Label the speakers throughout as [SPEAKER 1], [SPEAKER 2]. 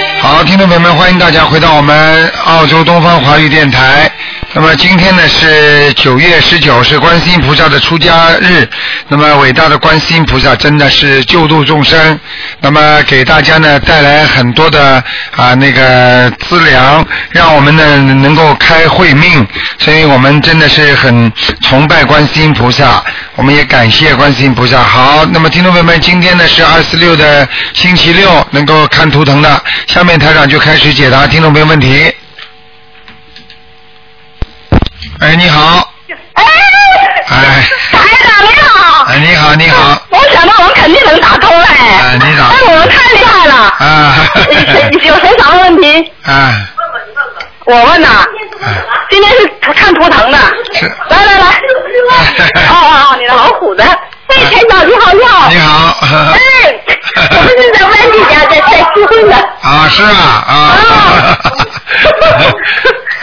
[SPEAKER 1] 众朋友们，欢迎大家回到我们澳洲东方华语电台。那么今天呢是九月十九，是观世音菩萨的出家日。那么伟大的观世音菩萨真的是救度众生，那么给大家呢带来很多的啊那个资粮，让我们呢能够开慧命。所以我们真的是很崇拜观世音菩萨，我们也感谢观世音菩萨。好，那么听众朋友们，今天呢是二四六的星期六，能够看图腾的，下面台长就开始解答听众朋友问题。哎，你好，
[SPEAKER 2] 哎，
[SPEAKER 1] 哎，
[SPEAKER 2] 台长你好。
[SPEAKER 1] 哎，你好，你好，
[SPEAKER 2] 我想到我们肯定能打通嘞。
[SPEAKER 1] 哎你打
[SPEAKER 2] 哎，我们太厉害 了。
[SPEAKER 1] 啊，
[SPEAKER 2] 你谁有谁啥问题？
[SPEAKER 1] 啊，
[SPEAKER 2] 我问呐。
[SPEAKER 1] 啊
[SPEAKER 2] 今天是看图腾的。
[SPEAKER 1] 是
[SPEAKER 2] 来来 来。哦哦哦，你的老虎的。哎，台长你好你好。
[SPEAKER 1] 你好，
[SPEAKER 2] 哎，我们是在外地家在在结婚的。
[SPEAKER 1] 啊，是吧？啊，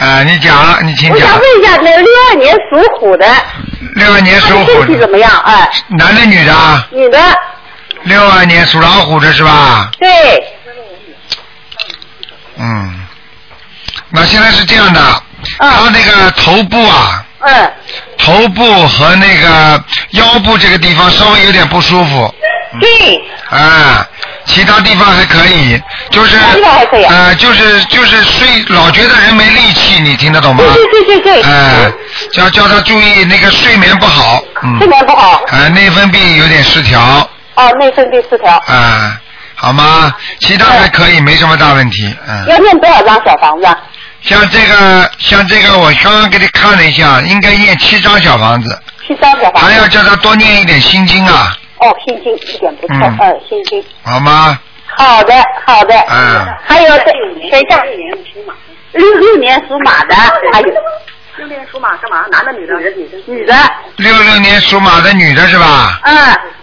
[SPEAKER 1] 啊，你讲，你请
[SPEAKER 2] 哦我想
[SPEAKER 1] 讲，
[SPEAKER 2] 问一下，那六二年属虎的，啊
[SPEAKER 1] 六二年
[SPEAKER 2] 他
[SPEAKER 1] 属
[SPEAKER 2] 的
[SPEAKER 1] 虎
[SPEAKER 2] 身体怎
[SPEAKER 1] 的，
[SPEAKER 2] 么样？哎，
[SPEAKER 1] 男的女的啊？
[SPEAKER 2] 女的，
[SPEAKER 1] 六二年属老虎的是吧？
[SPEAKER 2] 对，
[SPEAKER 1] 嗯，那现在是这样的，他
[SPEAKER 2] 嗯
[SPEAKER 1] 那个头部啊，
[SPEAKER 2] 嗯，
[SPEAKER 1] 头部和那个腰部这个地方稍微有点不舒服，
[SPEAKER 2] 对，
[SPEAKER 1] 啊，其他地方还可以，就
[SPEAKER 2] 其
[SPEAKER 1] 是
[SPEAKER 2] 他地方还可以啊
[SPEAKER 1] 呃，就是就是睡，老觉得人没力气，你听得懂吗
[SPEAKER 2] 对？对对对对，
[SPEAKER 1] 哎、叫叫他注意那个睡眠不好，嗯
[SPEAKER 2] 睡，眠不好，
[SPEAKER 1] 啊、内分泌有点失调，啊、
[SPEAKER 2] 哦，内分泌失调，
[SPEAKER 1] 好吗？其他还可以，没什么大问题，嗯。
[SPEAKER 2] 要念多少张小房子？啊？
[SPEAKER 1] 像这个，像这个，我刚刚给你看了一下，应该念七张小房子，
[SPEAKER 2] 七张小房
[SPEAKER 1] 还
[SPEAKER 2] 子。
[SPEAKER 1] 要叫他多念一点心经啊，
[SPEAKER 2] 哦，心经一点不错，
[SPEAKER 1] 嗯
[SPEAKER 2] 嗯，心经。
[SPEAKER 1] 好吗？
[SPEAKER 2] 好的，好的。
[SPEAKER 1] 嗯
[SPEAKER 2] 还有这，等一下，六六年属马的，还有
[SPEAKER 3] 今天属马干嘛？男的女的？女的女的。
[SPEAKER 2] 女的，
[SPEAKER 1] 六六年属马的女的是吧？
[SPEAKER 2] 嗯，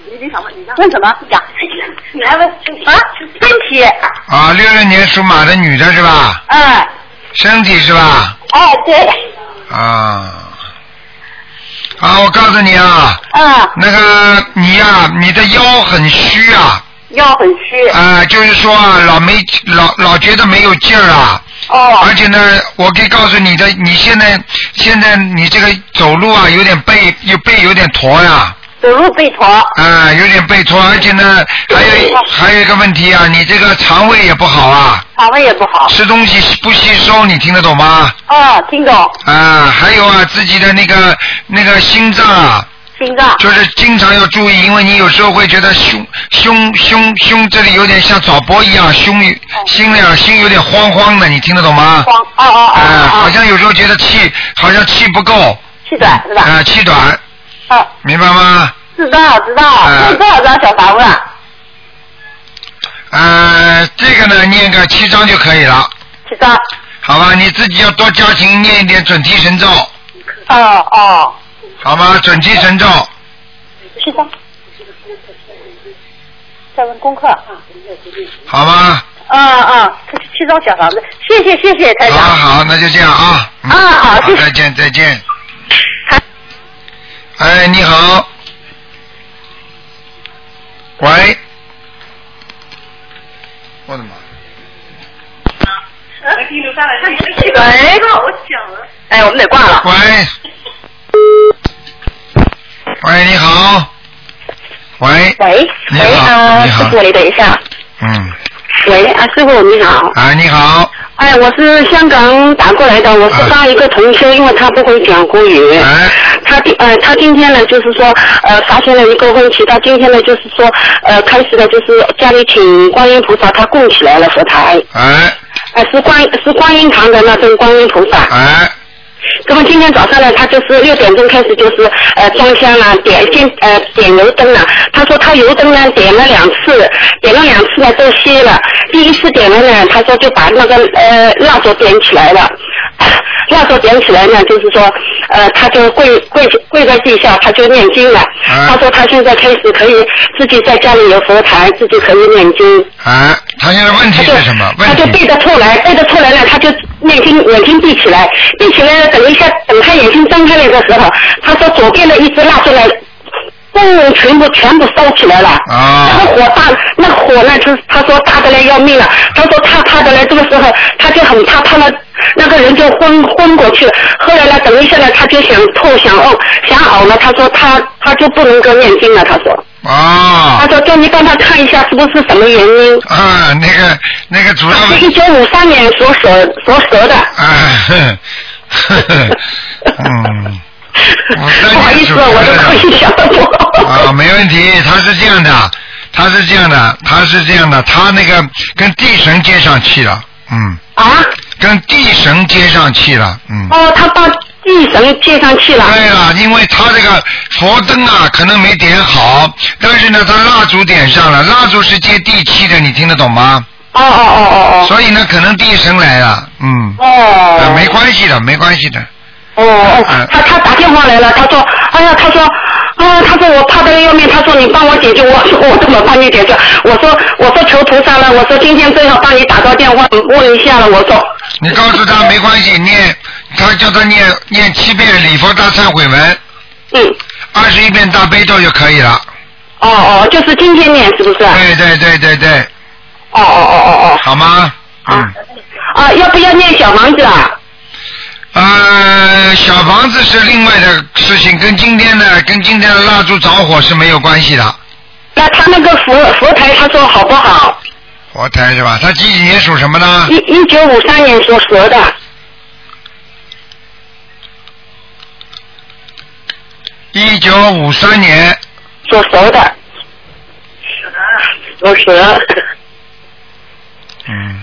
[SPEAKER 3] 你你想问你让
[SPEAKER 2] 问什么？讲。
[SPEAKER 3] 你来问
[SPEAKER 2] 啊，身体，
[SPEAKER 1] 啊，六六年属马的女的是吧？
[SPEAKER 2] 嗯，
[SPEAKER 1] 身体是吧？
[SPEAKER 2] 哎，对，
[SPEAKER 1] 啊，啊，我告诉你啊，
[SPEAKER 2] 嗯，
[SPEAKER 1] 那个你呀、你的腰很虚啊，
[SPEAKER 2] 腰很虚，
[SPEAKER 1] 啊、就是说啊，老没老老觉得没有劲儿啊，
[SPEAKER 2] 哦
[SPEAKER 1] 而，且呢，我可以告诉你的，你现在现在你这个走路啊，有点背有背有点驼呀、啊，
[SPEAKER 2] 走路背驼，
[SPEAKER 1] 有点背驼，而且呢，还有一还有一个问题啊，你这个肠胃也不好啊，
[SPEAKER 2] 肠胃也不好。
[SPEAKER 1] 吃东西不吸收，你听得懂吗？
[SPEAKER 2] 哦，听懂，
[SPEAKER 1] 啊，还有啊，自己的那个那个心脏啊，
[SPEAKER 2] 心脏。
[SPEAKER 1] 就是经常要注意，因为你有时候会觉得胸胸胸胸这里有点像早搏一样，胸心里啊心有点慌慌的，你听得懂吗？
[SPEAKER 2] 哦慌，哦哦哦
[SPEAKER 1] 啊、好
[SPEAKER 2] 哦，
[SPEAKER 1] 像有时候觉得气好像气不够，啊、
[SPEAKER 2] 气短是吧？
[SPEAKER 1] 气短，
[SPEAKER 2] 哦，
[SPEAKER 1] 明白吗？
[SPEAKER 2] 知道知道，
[SPEAKER 1] 哎
[SPEAKER 2] 那多少张小房子啊？
[SPEAKER 1] 呃，这个呢念个七章就可以了，
[SPEAKER 2] 七张。
[SPEAKER 1] 好吧？你自己要多加勤念一点准提神咒，
[SPEAKER 2] 哦哦，
[SPEAKER 1] 好吗？准提神咒，
[SPEAKER 2] 七张。在问功课。
[SPEAKER 1] 好吗？
[SPEAKER 2] 嗯嗯，七张小房子，谢谢谢谢台
[SPEAKER 1] 好
[SPEAKER 2] 长。
[SPEAKER 1] 好，那就这样啊。嗯
[SPEAKER 2] 啊好谢谢
[SPEAKER 1] 再见再见
[SPEAKER 2] 好。
[SPEAKER 1] 哎，你好。喂。我的妈！
[SPEAKER 2] 哎喂，哎，我们得挂了。
[SPEAKER 1] 喂。喂，你好。喂，
[SPEAKER 2] 喂，
[SPEAKER 1] 你
[SPEAKER 2] 喂
[SPEAKER 1] 好
[SPEAKER 2] 啊，
[SPEAKER 1] 你好
[SPEAKER 2] 师傅，你等一下。
[SPEAKER 1] 嗯，
[SPEAKER 2] 喂啊，师傅你好。
[SPEAKER 1] 啊，你好，
[SPEAKER 2] 哎，我是香港打过来的，我
[SPEAKER 1] 啊
[SPEAKER 2] 是帮一个同修，因为他不会讲国语。
[SPEAKER 1] 哎，
[SPEAKER 2] 他今呃，他今天呢，就是说呃，发现了一个问题。他今天呢，就是说呃，开始的就是家里请观音菩萨，他供起来了佛台，
[SPEAKER 1] 哎，
[SPEAKER 2] 呃，是观是观音堂的那尊观音菩萨。
[SPEAKER 1] 哎，
[SPEAKER 2] 那么今天早上呢，他就是六点钟开始就是呃装箱啊，点先呃点油灯啊。他说他油灯呢点了两次，点了两次呢都熄了。第一次点了呢，他说就把那个呃蜡烛点起来了。 蜡烛点起来呢，就是说，呃，他就跪跪跪在地下，他就念经了。
[SPEAKER 1] 嗯
[SPEAKER 2] 他说他现在开始可以自己在家里有佛台，自己可以念经。
[SPEAKER 1] 哎，他现在问题
[SPEAKER 2] 他就是
[SPEAKER 1] 什么？
[SPEAKER 2] 他就
[SPEAKER 1] 问
[SPEAKER 2] 背
[SPEAKER 1] 题
[SPEAKER 2] 着出来，背着出来了，他就眼睛眼睛闭起来，闭起来了。等一下，等他眼睛睁开了的时候，他说左边的一只蜡烛呢，供全部全部烧起来了。
[SPEAKER 1] 啊
[SPEAKER 2] 然后火大，那火呢，就是他说大的来要命了。他说怕怕的来，这个时候他就很怕，怕了那个人就昏昏过去了。后来呢，等一下呢，他就想吐想呕想呕了。他说他他就不能够念经了。他说，
[SPEAKER 1] 啊
[SPEAKER 2] 他，说叫你帮他看一下是不是什么原因。啊
[SPEAKER 1] 啊，那个那个主要
[SPEAKER 2] 是
[SPEAKER 1] 问
[SPEAKER 2] 一九五三年所蛇所蛇的。
[SPEAKER 1] 啊，呵呵呵 嗯。
[SPEAKER 2] 不好意思，我的口音想多。
[SPEAKER 1] 啊，没问题，他是这样的，他是这样的，他是这样的，他那个跟地神接上气了，嗯，
[SPEAKER 2] 啊？
[SPEAKER 1] 跟地神接上气了，嗯。
[SPEAKER 2] 哦，他把地神接上去了。
[SPEAKER 1] 对了，因为他这个佛灯啊，可能没点好，但是呢，他蜡烛点上了，蜡烛是接地气的，你听得懂吗？
[SPEAKER 2] 哦哦哦哦哦。
[SPEAKER 1] 所以呢，可能地神来了，嗯，啊
[SPEAKER 2] 哦。
[SPEAKER 1] 没关系的，啊没关系的，
[SPEAKER 2] 哦哦，他他打电话来了，他说，哎呀，他说，啊，他说我怕的要命，他说你帮我解决，我说我怎么帮你解决？我说我说求菩萨了，我说今天最好帮你打个电话问一下了，我说，
[SPEAKER 1] 你告诉他没关系，念，他叫他念念七遍礼佛大忏悔文，
[SPEAKER 2] 嗯，
[SPEAKER 1] 二十一遍大悲咒就可以了。
[SPEAKER 2] 哦哦，就是今天念是不是？哦
[SPEAKER 1] 对对对对对，
[SPEAKER 2] 哦哦哦
[SPEAKER 1] 好吗？
[SPEAKER 2] 哦，
[SPEAKER 1] 嗯
[SPEAKER 2] 啊。啊，要不要念小房子啊？
[SPEAKER 1] 呃，小房子是另外的事情，跟今天的跟今天的蜡烛着火是没有关系的。
[SPEAKER 2] 那他那个佛佛台，他说好不好？
[SPEAKER 1] 佛台是吧？他几几年属什么呢
[SPEAKER 2] 一？一九五三年所蛇的，
[SPEAKER 1] 一九五三年，
[SPEAKER 2] 所蛇的，所蛇，
[SPEAKER 1] 嗯，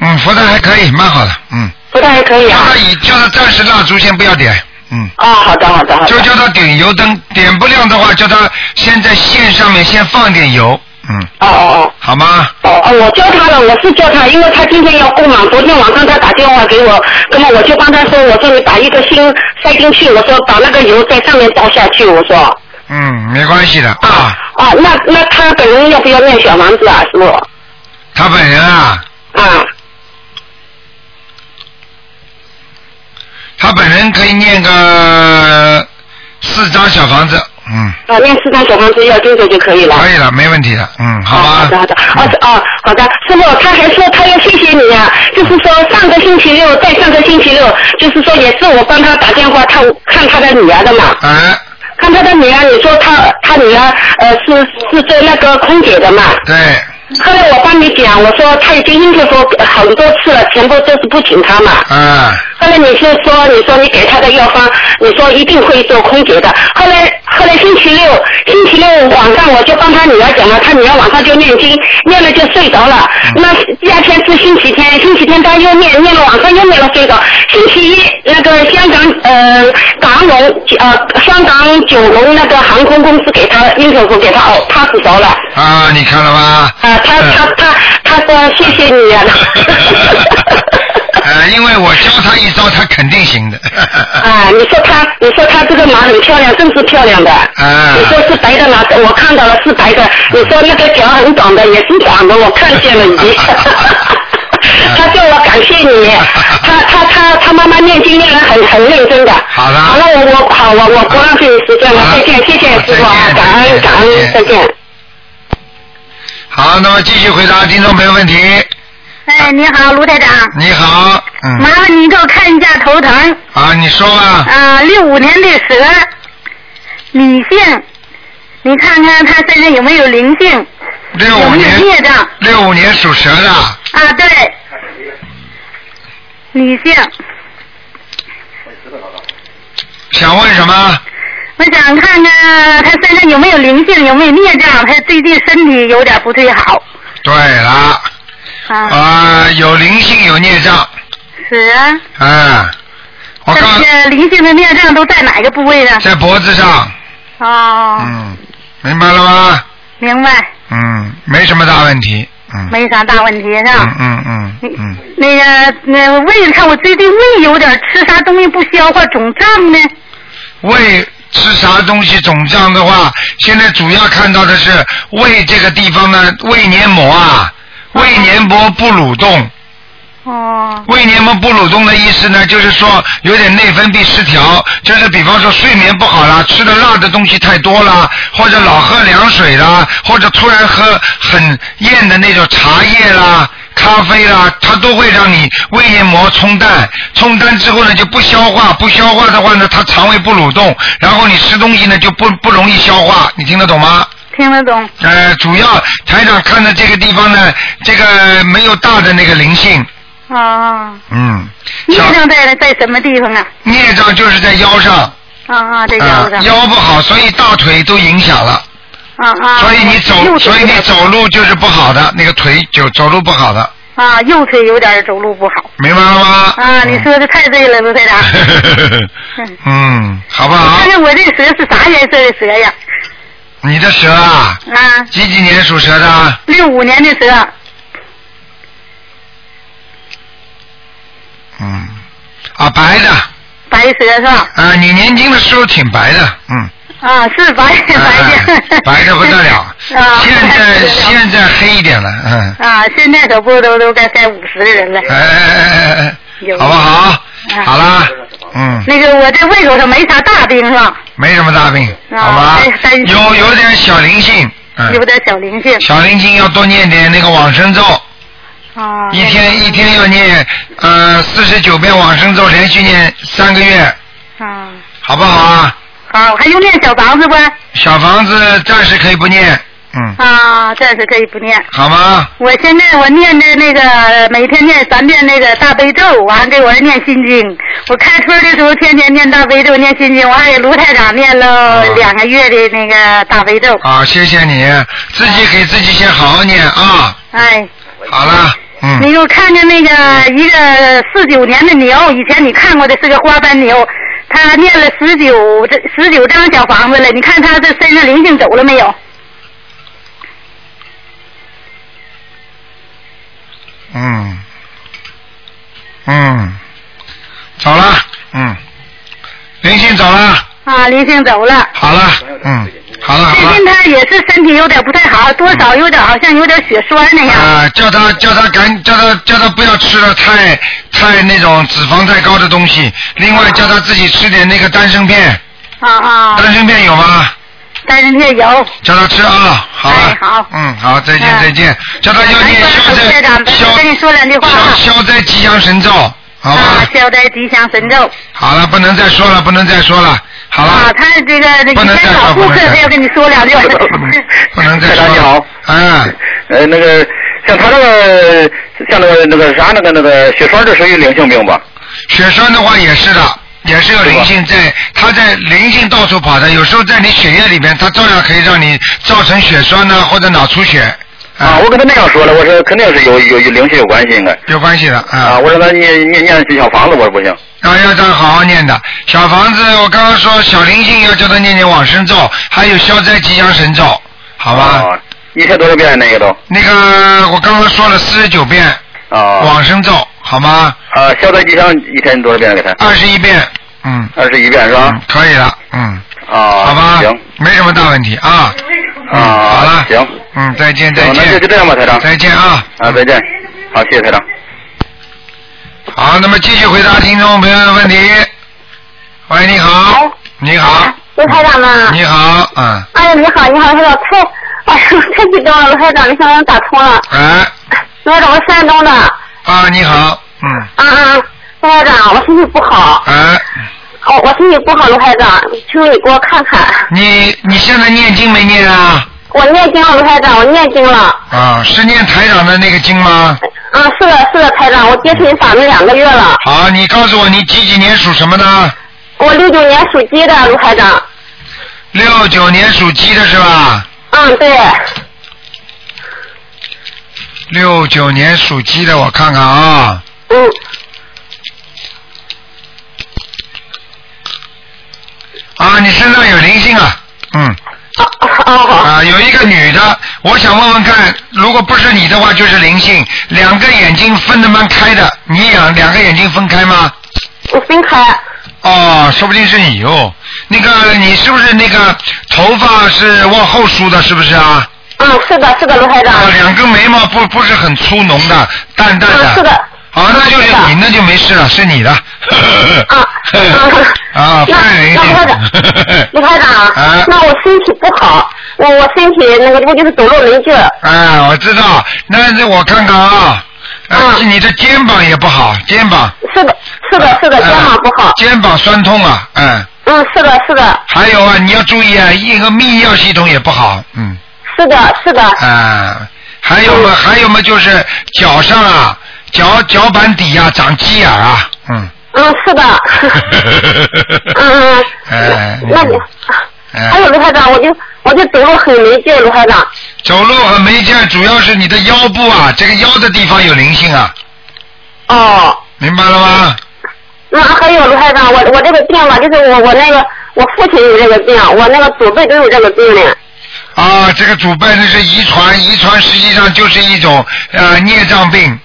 [SPEAKER 1] 嗯，佛台还可以，蛮好的，嗯。
[SPEAKER 2] 不太可以
[SPEAKER 1] 叫
[SPEAKER 2] 啊
[SPEAKER 1] 他。以叫他暂时蜡烛先不要点，嗯，
[SPEAKER 2] 啊，好的好的好的。
[SPEAKER 1] 就叫他点油灯，点不亮的话，叫他先在线上面先放点油，嗯，
[SPEAKER 2] 哦哦哦。
[SPEAKER 1] 好吗？
[SPEAKER 2] 哦哦，我教他了，我是教他，因为他今天要供嘛，昨天晚上他打电话给我，那么我就帮他说，我说你把一个心塞进去，我说把那个油在上面倒下去，我说
[SPEAKER 1] 嗯，没关系的啊。
[SPEAKER 2] 啊，那那他本人要不要念小房子啊，师傅？
[SPEAKER 1] 他本人啊，
[SPEAKER 2] 啊，
[SPEAKER 1] 他本人可以念个四张小房子，嗯，
[SPEAKER 2] 啊，念四张小房子要经者就可以了。
[SPEAKER 1] 可以了，没问题的，嗯，好吧。
[SPEAKER 2] 好的好的，哦
[SPEAKER 1] 嗯
[SPEAKER 2] 哦好的，师傅他还说他要谢谢你啊，就是说上个星期六在上个星期六，就是说也是我帮他打电话看看他的女儿的嘛，
[SPEAKER 1] 哎，
[SPEAKER 2] 看他的女儿，你说他他女儿呃是是做那个空姐的嘛，
[SPEAKER 1] 对，
[SPEAKER 2] 后来我帮你讲，我说他已经应酬过很多次了，全部都是不请他嘛。
[SPEAKER 1] 啊，
[SPEAKER 2] 后来你是说，你说你给他的药方，你说一定会做空姐的。后来后来星期六，星期六晚上我就帮他女儿讲了，他女儿晚上就念经，念了就睡着了。那第二天是星期天，星期天他又念，念了晚上又没有睡着。星期一那个香港呃港龙呃香港九龙那个航空公司给他应酬给他哦 pass 着了。
[SPEAKER 1] 啊，你看了吧？
[SPEAKER 2] 啊，他他他他说谢谢你呀、啊
[SPEAKER 1] 呃，因为我教他一招，他肯 定行的。
[SPEAKER 2] 啊，你说他，你说他这个马很漂亮，真是漂亮的。
[SPEAKER 1] 啊
[SPEAKER 2] 你说是白的马，我看到了是白的。你说那个脚很短的，也是短的，我看见了已 经。他叫我感谢你，他他他他妈妈念经念得很很认真的。
[SPEAKER 1] 好的
[SPEAKER 2] 好了，我我好我我不浪费你时间了，
[SPEAKER 1] 好
[SPEAKER 2] 再见，谢谢
[SPEAKER 1] 好
[SPEAKER 2] 师傅啊，
[SPEAKER 1] 再见
[SPEAKER 2] 感恩感
[SPEAKER 1] 再见
[SPEAKER 2] 恩，再见。
[SPEAKER 1] 好，那么继续回答听众朋友问题。
[SPEAKER 4] 哎，你好，卢台长，
[SPEAKER 1] 你好，
[SPEAKER 4] 麻
[SPEAKER 1] 嗯，
[SPEAKER 4] 烦你给我看一下头疼
[SPEAKER 1] 啊，你说吧，
[SPEAKER 4] 啊，六五年的蛇，女性，你看看她身上有没有灵性，
[SPEAKER 1] 六
[SPEAKER 4] 有
[SPEAKER 1] 五
[SPEAKER 4] 没有
[SPEAKER 1] 年，
[SPEAKER 4] 孽障
[SPEAKER 1] 六五年属蛇的，
[SPEAKER 4] 啊？对，女性，
[SPEAKER 1] 想问什么？
[SPEAKER 4] 我想看看她身上有没有灵性，有没有孽障，她最近身体有点不太好
[SPEAKER 1] 对啦，
[SPEAKER 4] 啊，
[SPEAKER 1] 啊，有灵性，有孽障，
[SPEAKER 4] 是啊，
[SPEAKER 1] 啊，我
[SPEAKER 4] 但
[SPEAKER 1] 告
[SPEAKER 4] 是呃灵性的孽障都在哪一个部位呢？
[SPEAKER 1] 在脖子上，
[SPEAKER 4] 哦，
[SPEAKER 1] 嗯，明白了吗？
[SPEAKER 4] 明白，
[SPEAKER 1] 嗯，没什么大问题，嗯，
[SPEAKER 4] 没啥大问题是吧？
[SPEAKER 1] 嗯嗯嗯嗯，
[SPEAKER 4] 那个，那胃看我最近胃有点吃啥东西不消化，肿胀呢。
[SPEAKER 1] 胃吃啥东西肿胀的话，现在主要看到的是胃这个地方呢，胃黏膜啊，胃黏膜不蠕动，
[SPEAKER 4] 哦，
[SPEAKER 1] 胃黏膜不蠕动的意思呢，就是说有点内分泌失调，就是比方说睡眠不好啦，吃的辣的东西太多啦，或者老喝凉水啦，或者突然喝很艳的那种茶叶啦。咖啡啦，它都会让你胃黏膜冲淡，冲淡之后呢就不消化，不消化的话呢，它肠胃不蠕动，然后你吃东西呢就不不容易消化，你听得懂吗？
[SPEAKER 4] 听得懂。
[SPEAKER 1] 呃，主要台长看的这个地方呢，这个没有大的那个灵性，
[SPEAKER 4] 哦，
[SPEAKER 1] 嗯，
[SPEAKER 4] 孽
[SPEAKER 1] 小
[SPEAKER 4] 障在在什么地方啊？
[SPEAKER 1] 孽障就是在腰上，
[SPEAKER 4] 啊啊，在
[SPEAKER 1] 啊
[SPEAKER 4] 腰上。
[SPEAKER 1] 腰不好，所以大腿都影响了，
[SPEAKER 4] 啊啊。
[SPEAKER 1] 所以你
[SPEAKER 4] 右
[SPEAKER 1] 走，
[SPEAKER 4] 腿
[SPEAKER 1] 所以
[SPEAKER 4] 有
[SPEAKER 1] 你
[SPEAKER 4] 点
[SPEAKER 1] 走路就是不好的，那个腿就走路不好的，
[SPEAKER 4] 啊，右腿有点走路不好。
[SPEAKER 1] 明白 了吗？
[SPEAKER 4] 啊，你说的太对了，卢 台长。
[SPEAKER 1] 嗯嗯，好不好
[SPEAKER 4] 看？看我这蛇是啥颜色的蛇呀？
[SPEAKER 1] 你的蛇啊，
[SPEAKER 4] 啊，
[SPEAKER 1] 几几年属蛇的？
[SPEAKER 4] 六五年的蛇。
[SPEAKER 1] 嗯，啊，白的，
[SPEAKER 4] 白蛇是吧？
[SPEAKER 1] 啊，你年轻的时候挺白的， 嗯，
[SPEAKER 4] 啊，是白白
[SPEAKER 1] 哎
[SPEAKER 4] 的，，
[SPEAKER 1] 白的不得了
[SPEAKER 4] 啊，
[SPEAKER 1] 现
[SPEAKER 4] 白得不
[SPEAKER 1] 在
[SPEAKER 4] 得了
[SPEAKER 1] 现在黑一点了，嗯，
[SPEAKER 4] 啊，现在可不都都该该五十的人了。
[SPEAKER 1] 哎哎哎哎哎，
[SPEAKER 4] 有
[SPEAKER 1] 好不好？
[SPEAKER 4] 啊
[SPEAKER 1] 好啦，嗯，
[SPEAKER 4] 那个我这胃口上没啥大病是吧？
[SPEAKER 1] 没什么大病，
[SPEAKER 4] 啊
[SPEAKER 1] 好吧
[SPEAKER 4] 哎哎？
[SPEAKER 1] 有有点小灵性，嗯
[SPEAKER 4] 有，点小灵性
[SPEAKER 1] 小灵性要多念点那个往生咒，
[SPEAKER 4] 啊。
[SPEAKER 1] 一天一天要念呃四十九遍往生咒，连续念三个月，
[SPEAKER 4] 啊，
[SPEAKER 1] 好不好啊？
[SPEAKER 4] 好，还用念小房子不？
[SPEAKER 1] 小房子暂时可以不念，嗯，
[SPEAKER 4] 啊，暂时可以不念。
[SPEAKER 1] 好吗？
[SPEAKER 4] 我现在我念的那个每天念三遍那个大悲咒，完给我儿念心经。我开春的时候天天念大悲咒，念心经，我还给卢台长念
[SPEAKER 1] 啊
[SPEAKER 4] 了两个月的那个大悲咒。
[SPEAKER 1] 好，谢谢你，自己给自己先好好念啊。
[SPEAKER 4] 哎，
[SPEAKER 1] 好了，
[SPEAKER 4] 你
[SPEAKER 1] 嗯，
[SPEAKER 4] 给我看看那个一个四九年的牛，以前你看过的是个花斑牛，他念了十九这十九张小房子了，你看他这身上灵性走了没有？
[SPEAKER 1] 嗯，嗯，走了，嗯，灵性走了，
[SPEAKER 4] 啊，灵性走了。
[SPEAKER 1] 好了，嗯，好了
[SPEAKER 4] 最
[SPEAKER 1] 好
[SPEAKER 4] 近
[SPEAKER 1] 了，
[SPEAKER 4] 他也是身体有点不太好，多少有点好像有点血栓那样。
[SPEAKER 1] 啊、叫他叫他赶叫他叫他不要吃了太太那种脂肪太高的东西，另外叫他自己吃点那个丹参片，
[SPEAKER 4] 啊啊，
[SPEAKER 1] 丹参片有吗？
[SPEAKER 4] 但是这有。
[SPEAKER 1] 叫他吃啊，好了，
[SPEAKER 4] 哎好
[SPEAKER 1] 嗯，好，再见
[SPEAKER 4] 嗯
[SPEAKER 1] 再见，叫他要念消
[SPEAKER 4] 哎班长
[SPEAKER 1] 灾消
[SPEAKER 4] 班长跟你说两句话啊
[SPEAKER 1] 消消灾吉祥神咒，好
[SPEAKER 4] 啊
[SPEAKER 1] 吧，？
[SPEAKER 4] 消灾吉祥神咒。
[SPEAKER 1] 好了，不能再说了，不能再说了，好
[SPEAKER 4] 啊，
[SPEAKER 1] 了，
[SPEAKER 4] 他这个以
[SPEAKER 1] 不能再
[SPEAKER 4] 前
[SPEAKER 1] 说
[SPEAKER 4] 老顾
[SPEAKER 1] 不能
[SPEAKER 4] 客
[SPEAKER 1] 再说
[SPEAKER 4] 他要跟你说两句。
[SPEAKER 1] 不能再
[SPEAKER 5] 台
[SPEAKER 1] 说
[SPEAKER 5] 长你
[SPEAKER 1] 了
[SPEAKER 5] 好，
[SPEAKER 1] 嗯，
[SPEAKER 5] 呃，那个像他那个像那个那个啥那个那个血栓，这属于灵性病吧？
[SPEAKER 1] 血栓的话也是的。也是有
[SPEAKER 5] 嗯是吧
[SPEAKER 1] 灵性在，它在灵性到处跑的，有时候在你血液里面，它照样可以让你造成血栓呐、或者脑出血，
[SPEAKER 5] 啊，我跟他那样说了，我说肯定是有有有灵性有关系应该。
[SPEAKER 1] 有关系的
[SPEAKER 5] 啊，我说那念念念小房子，我说不行。
[SPEAKER 1] 啊，要他好好念的。小房子，我刚刚说小灵性要叫他念念往生咒，还有消灾吉祥神咒，好吧？
[SPEAKER 5] 啊， 一千多少遍那个都。
[SPEAKER 1] 那个我刚刚说了四十九遍
[SPEAKER 5] 啊。
[SPEAKER 1] 往生咒，好吗？
[SPEAKER 5] 啊，消灾吉祥一天多少遍给他？
[SPEAKER 1] 二十一遍，嗯，
[SPEAKER 5] 二十一遍是
[SPEAKER 1] 嗯
[SPEAKER 5] 吧？
[SPEAKER 1] 可以了，嗯，
[SPEAKER 5] 啊，
[SPEAKER 1] 好吧，
[SPEAKER 5] 行。
[SPEAKER 1] 没什么大问题啊，嗯，
[SPEAKER 5] 啊
[SPEAKER 1] 好了，
[SPEAKER 5] 行，
[SPEAKER 1] 嗯，再见，再
[SPEAKER 5] 行，那就
[SPEAKER 1] 见
[SPEAKER 5] 就，这样吧，台长。
[SPEAKER 1] 再见啊。
[SPEAKER 5] 啊，再见。好，谢谢 台长。
[SPEAKER 1] 好，那么继续回答听众朋友的问题。喂，你好，你好，
[SPEAKER 6] 卢台长吗？
[SPEAKER 1] 你好，嗯，
[SPEAKER 6] 哎呀，你好，你好，卢台长，太，哎呀， 太激动了，卢台长，你想我打通了，
[SPEAKER 1] 哎，
[SPEAKER 6] 卢台长，我山东的，啊
[SPEAKER 1] 啊，你好，嗯，
[SPEAKER 6] 啊，卢台长，我身体不好，哦
[SPEAKER 1] 哎。
[SPEAKER 6] 我我身体不好，卢台长，求你给我看看，
[SPEAKER 1] 你你现在念经没念啊？
[SPEAKER 6] 我念经了，卢台长，我念经了，
[SPEAKER 1] 啊，是念台长的那个经吗？
[SPEAKER 6] 啊，是的，是的，台长，我接触你法门两个月了，
[SPEAKER 1] 好，你告诉我你几几年属什么的？
[SPEAKER 6] 我六九年属鸡的，卢台长，
[SPEAKER 1] 六九年属鸡的是吧？
[SPEAKER 6] 嗯，对，
[SPEAKER 1] 六九年属鸡的，我看看啊，
[SPEAKER 6] 嗯，
[SPEAKER 1] 啊，你身上有灵性啊，嗯，
[SPEAKER 6] 哦哦
[SPEAKER 1] 啊，有一个女的，我想问问看，如果不是你的话，就是灵性，两个眼睛分得蛮开的，你两两个眼睛分开吗？
[SPEAKER 6] 哦，分开，
[SPEAKER 1] 哦，说不定是你哦。那个，你是不是那个头发是往后梳的，是不是啊？
[SPEAKER 6] 嗯，是的，是的，卢台长，
[SPEAKER 1] 啊，两根眉毛不不是很粗浓的，淡淡
[SPEAKER 6] 嗯，是的，
[SPEAKER 1] 的。啊，那就是
[SPEAKER 2] 是吧
[SPEAKER 1] 你，那就没事了，是你的。
[SPEAKER 2] 啊那
[SPEAKER 1] 啊，快一
[SPEAKER 2] 那台
[SPEAKER 1] 点
[SPEAKER 2] 长。 李台长，
[SPEAKER 1] 啊
[SPEAKER 2] 那我身体不好，我我身体那个我就是走路没劲儿，
[SPEAKER 1] 哎，我知道，那那我看看啊，呃，
[SPEAKER 2] 嗯
[SPEAKER 1] 是你的肩膀也不好，肩膀。
[SPEAKER 2] 是的，是的，是的，肩膀不好
[SPEAKER 1] 哎，肩膀酸痛啊，嗯，
[SPEAKER 2] 嗯，是的，是的，
[SPEAKER 1] 还有啊，你要注意啊，一个泌尿系统也不好，嗯，
[SPEAKER 2] 是的，是的，嗯
[SPEAKER 1] 啊，还有嘛，还有嘛，就是脚上啊，脚脚板底啊长鸡眼啊， 嗯，
[SPEAKER 2] 嗯，是的，嗯
[SPEAKER 1] 哎
[SPEAKER 2] 嗯，那你
[SPEAKER 1] 哎
[SPEAKER 2] 还有卢台长，我就我就走路很没劲儿，卢台长，
[SPEAKER 1] 走路很没劲，主要是你的腰部啊，这个腰的地方有灵性啊，
[SPEAKER 2] 哦。
[SPEAKER 1] 明白了吗？
[SPEAKER 2] 那还有卢台长，我我这个病吧，就是我我那个我父亲有这个病，我那个祖辈都有这个病呢。
[SPEAKER 1] 啊，这个祖辈那是遗传，遗传实际上就是一种呃孽障病，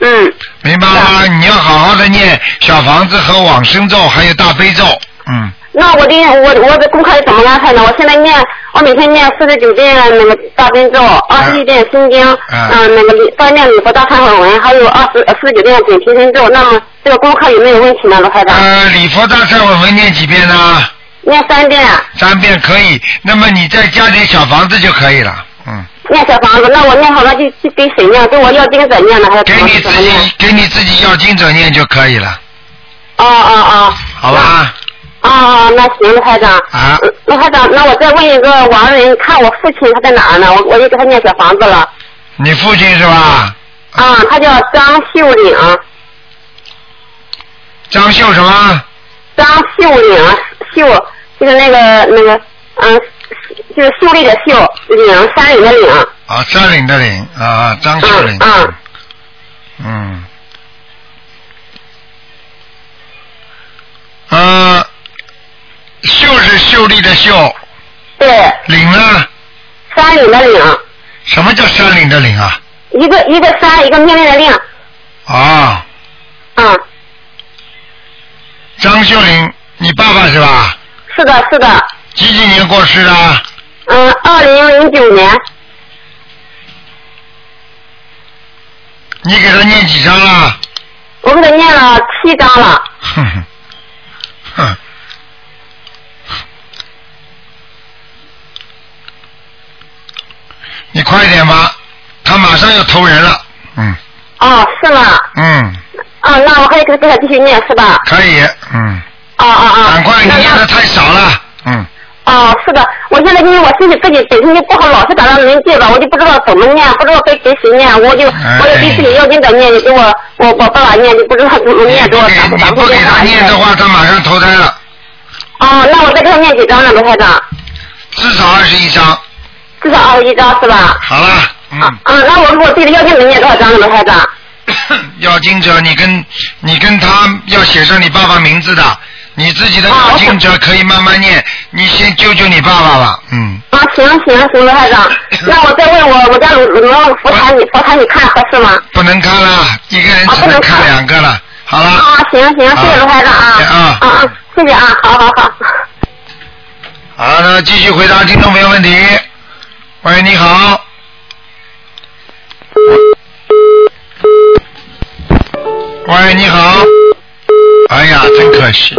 [SPEAKER 2] 嗯，
[SPEAKER 1] 明白了吗？你要好好的念小房子和往生咒，还有大悲咒。嗯，
[SPEAKER 2] 那我的我我的功课是怎么安排呢？我现在念，我每天念四十九遍那个大悲咒，二十一遍心经，
[SPEAKER 1] 嗯
[SPEAKER 2] 嗯、那个礼再念礼佛大忏悔文，还有二十呃四十九遍准提神咒。那么这个功课有没有问题呢，卢台长？
[SPEAKER 1] 呃，礼佛大忏悔文念几遍呢？
[SPEAKER 2] 念三遍，啊
[SPEAKER 1] 三遍可以。那么你再加点小房子就可以了。嗯，
[SPEAKER 2] 念小房子。那我念好了就就给谁念？给我要经者念呢，还是
[SPEAKER 1] 给
[SPEAKER 2] 怎么
[SPEAKER 1] 你
[SPEAKER 2] 怎
[SPEAKER 1] 自
[SPEAKER 2] 么念？
[SPEAKER 1] 己给你自己要经者念就可以了，
[SPEAKER 2] 哦哦哦，
[SPEAKER 1] 好吧？
[SPEAKER 2] 啊，那行，台长。
[SPEAKER 1] 啊
[SPEAKER 2] 嗯。那台长，那我再问一个亡人，看我父亲他在哪儿呢？我我也给他念小房子了。
[SPEAKER 1] 你父亲是吧？
[SPEAKER 2] 啊，他叫张秀岭，
[SPEAKER 1] 张秀什么？
[SPEAKER 2] 张秀岭，秀就是那个那个，嗯，就是秀丽的秀，岭山岭的岭。
[SPEAKER 1] 啊，山岭的岭啊，张秀岭。
[SPEAKER 2] 嗯嗯
[SPEAKER 1] 嗯。呃，秀是秀丽的秀，
[SPEAKER 2] 对，
[SPEAKER 1] 岭呢？
[SPEAKER 2] 山岭的岭，
[SPEAKER 1] 什么叫山岭的岭啊？
[SPEAKER 2] 一个一个山，一个命令的令。
[SPEAKER 1] 啊，
[SPEAKER 2] 嗯，
[SPEAKER 1] 张秀岭，你爸爸是吧？
[SPEAKER 2] 是的，是的。
[SPEAKER 1] 几几年过世的？
[SPEAKER 2] 嗯，二零零九年，
[SPEAKER 1] 你给他念几张啊了？
[SPEAKER 2] 我给他念了七章了。
[SPEAKER 1] 哼哼，哼。 你快点吧，他马上要投人了。嗯
[SPEAKER 2] 哦，是吗？
[SPEAKER 1] 嗯，
[SPEAKER 2] 啊，那我还得给他给他继续念是吧？
[SPEAKER 1] 可以，嗯，
[SPEAKER 2] 啊啊啊！
[SPEAKER 1] 赶快，你
[SPEAKER 2] 那
[SPEAKER 1] 念
[SPEAKER 2] 那
[SPEAKER 1] 的太少了。嗯，
[SPEAKER 2] 哦，是的，我现在因为我身体自己本身就不好，老是感到没劲吧，我就不知道怎么念，不知道该给谁念，我就
[SPEAKER 1] 哎
[SPEAKER 2] 我也给自己要经者念，也给我我我爸爸念，就不知道怎么
[SPEAKER 1] 你
[SPEAKER 2] 念，给
[SPEAKER 1] 不
[SPEAKER 2] 我
[SPEAKER 1] 给
[SPEAKER 2] 打不
[SPEAKER 1] 你
[SPEAKER 2] 打
[SPEAKER 1] 不
[SPEAKER 2] 不
[SPEAKER 1] 给
[SPEAKER 2] 电
[SPEAKER 1] 他
[SPEAKER 2] 话
[SPEAKER 1] 念的话，他马上投胎了，
[SPEAKER 2] 哦，那我再给他念几张呢，卢台长？
[SPEAKER 1] 至少二十一张。
[SPEAKER 2] 至少二十一张是吧？
[SPEAKER 1] 好了，
[SPEAKER 2] 啊
[SPEAKER 1] 嗯。
[SPEAKER 2] 啊，那我给我自己的要经者念多少张呢，卢台长？
[SPEAKER 1] 要经者，你跟你跟他要写上你爸爸名字的，你自己的要经者可以慢慢念，你先救救你爸爸吧，嗯，
[SPEAKER 2] 啊，行行行，卢台 长，那我再问我我家鲁鲁龙佛台你佛台你看合适吗？
[SPEAKER 1] 不能看了，一个人只能看两个了，好了，
[SPEAKER 2] 啊，行行，谢谢卢台长
[SPEAKER 1] 好再见啊
[SPEAKER 2] 啊啊啊，谢谢啊，好好好。
[SPEAKER 1] 好了，那继续回答听众朋友问题。喂，你好。喂，你好。哎呀，真可惜。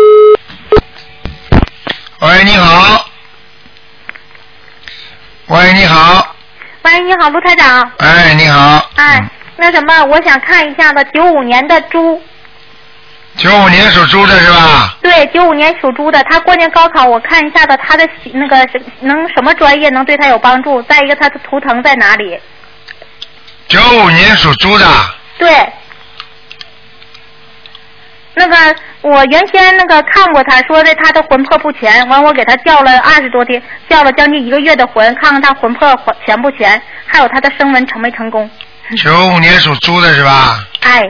[SPEAKER 1] 喂，你好。喂，你好。
[SPEAKER 7] 喂，你好，卢台长。
[SPEAKER 1] 哎，你好。
[SPEAKER 7] 哎，那什么，我想看一下子九五年的猪，
[SPEAKER 1] 九五年属猪的是吧？
[SPEAKER 7] 对，九五年属猪的，他过年高考，我看一下子他的喜那个什能什么专业能对他有帮助。再一个，他的图腾在哪里？
[SPEAKER 1] 九五年属猪的，
[SPEAKER 7] 对。那个，我原先那个看过他，说的他的魂魄不全，完我给他叫了二十多天，叫了将近一个月的魂，看看他魂魄还全不全，还有他的声纹成没成功。
[SPEAKER 1] 九五年属猪的是吧？
[SPEAKER 7] 哎，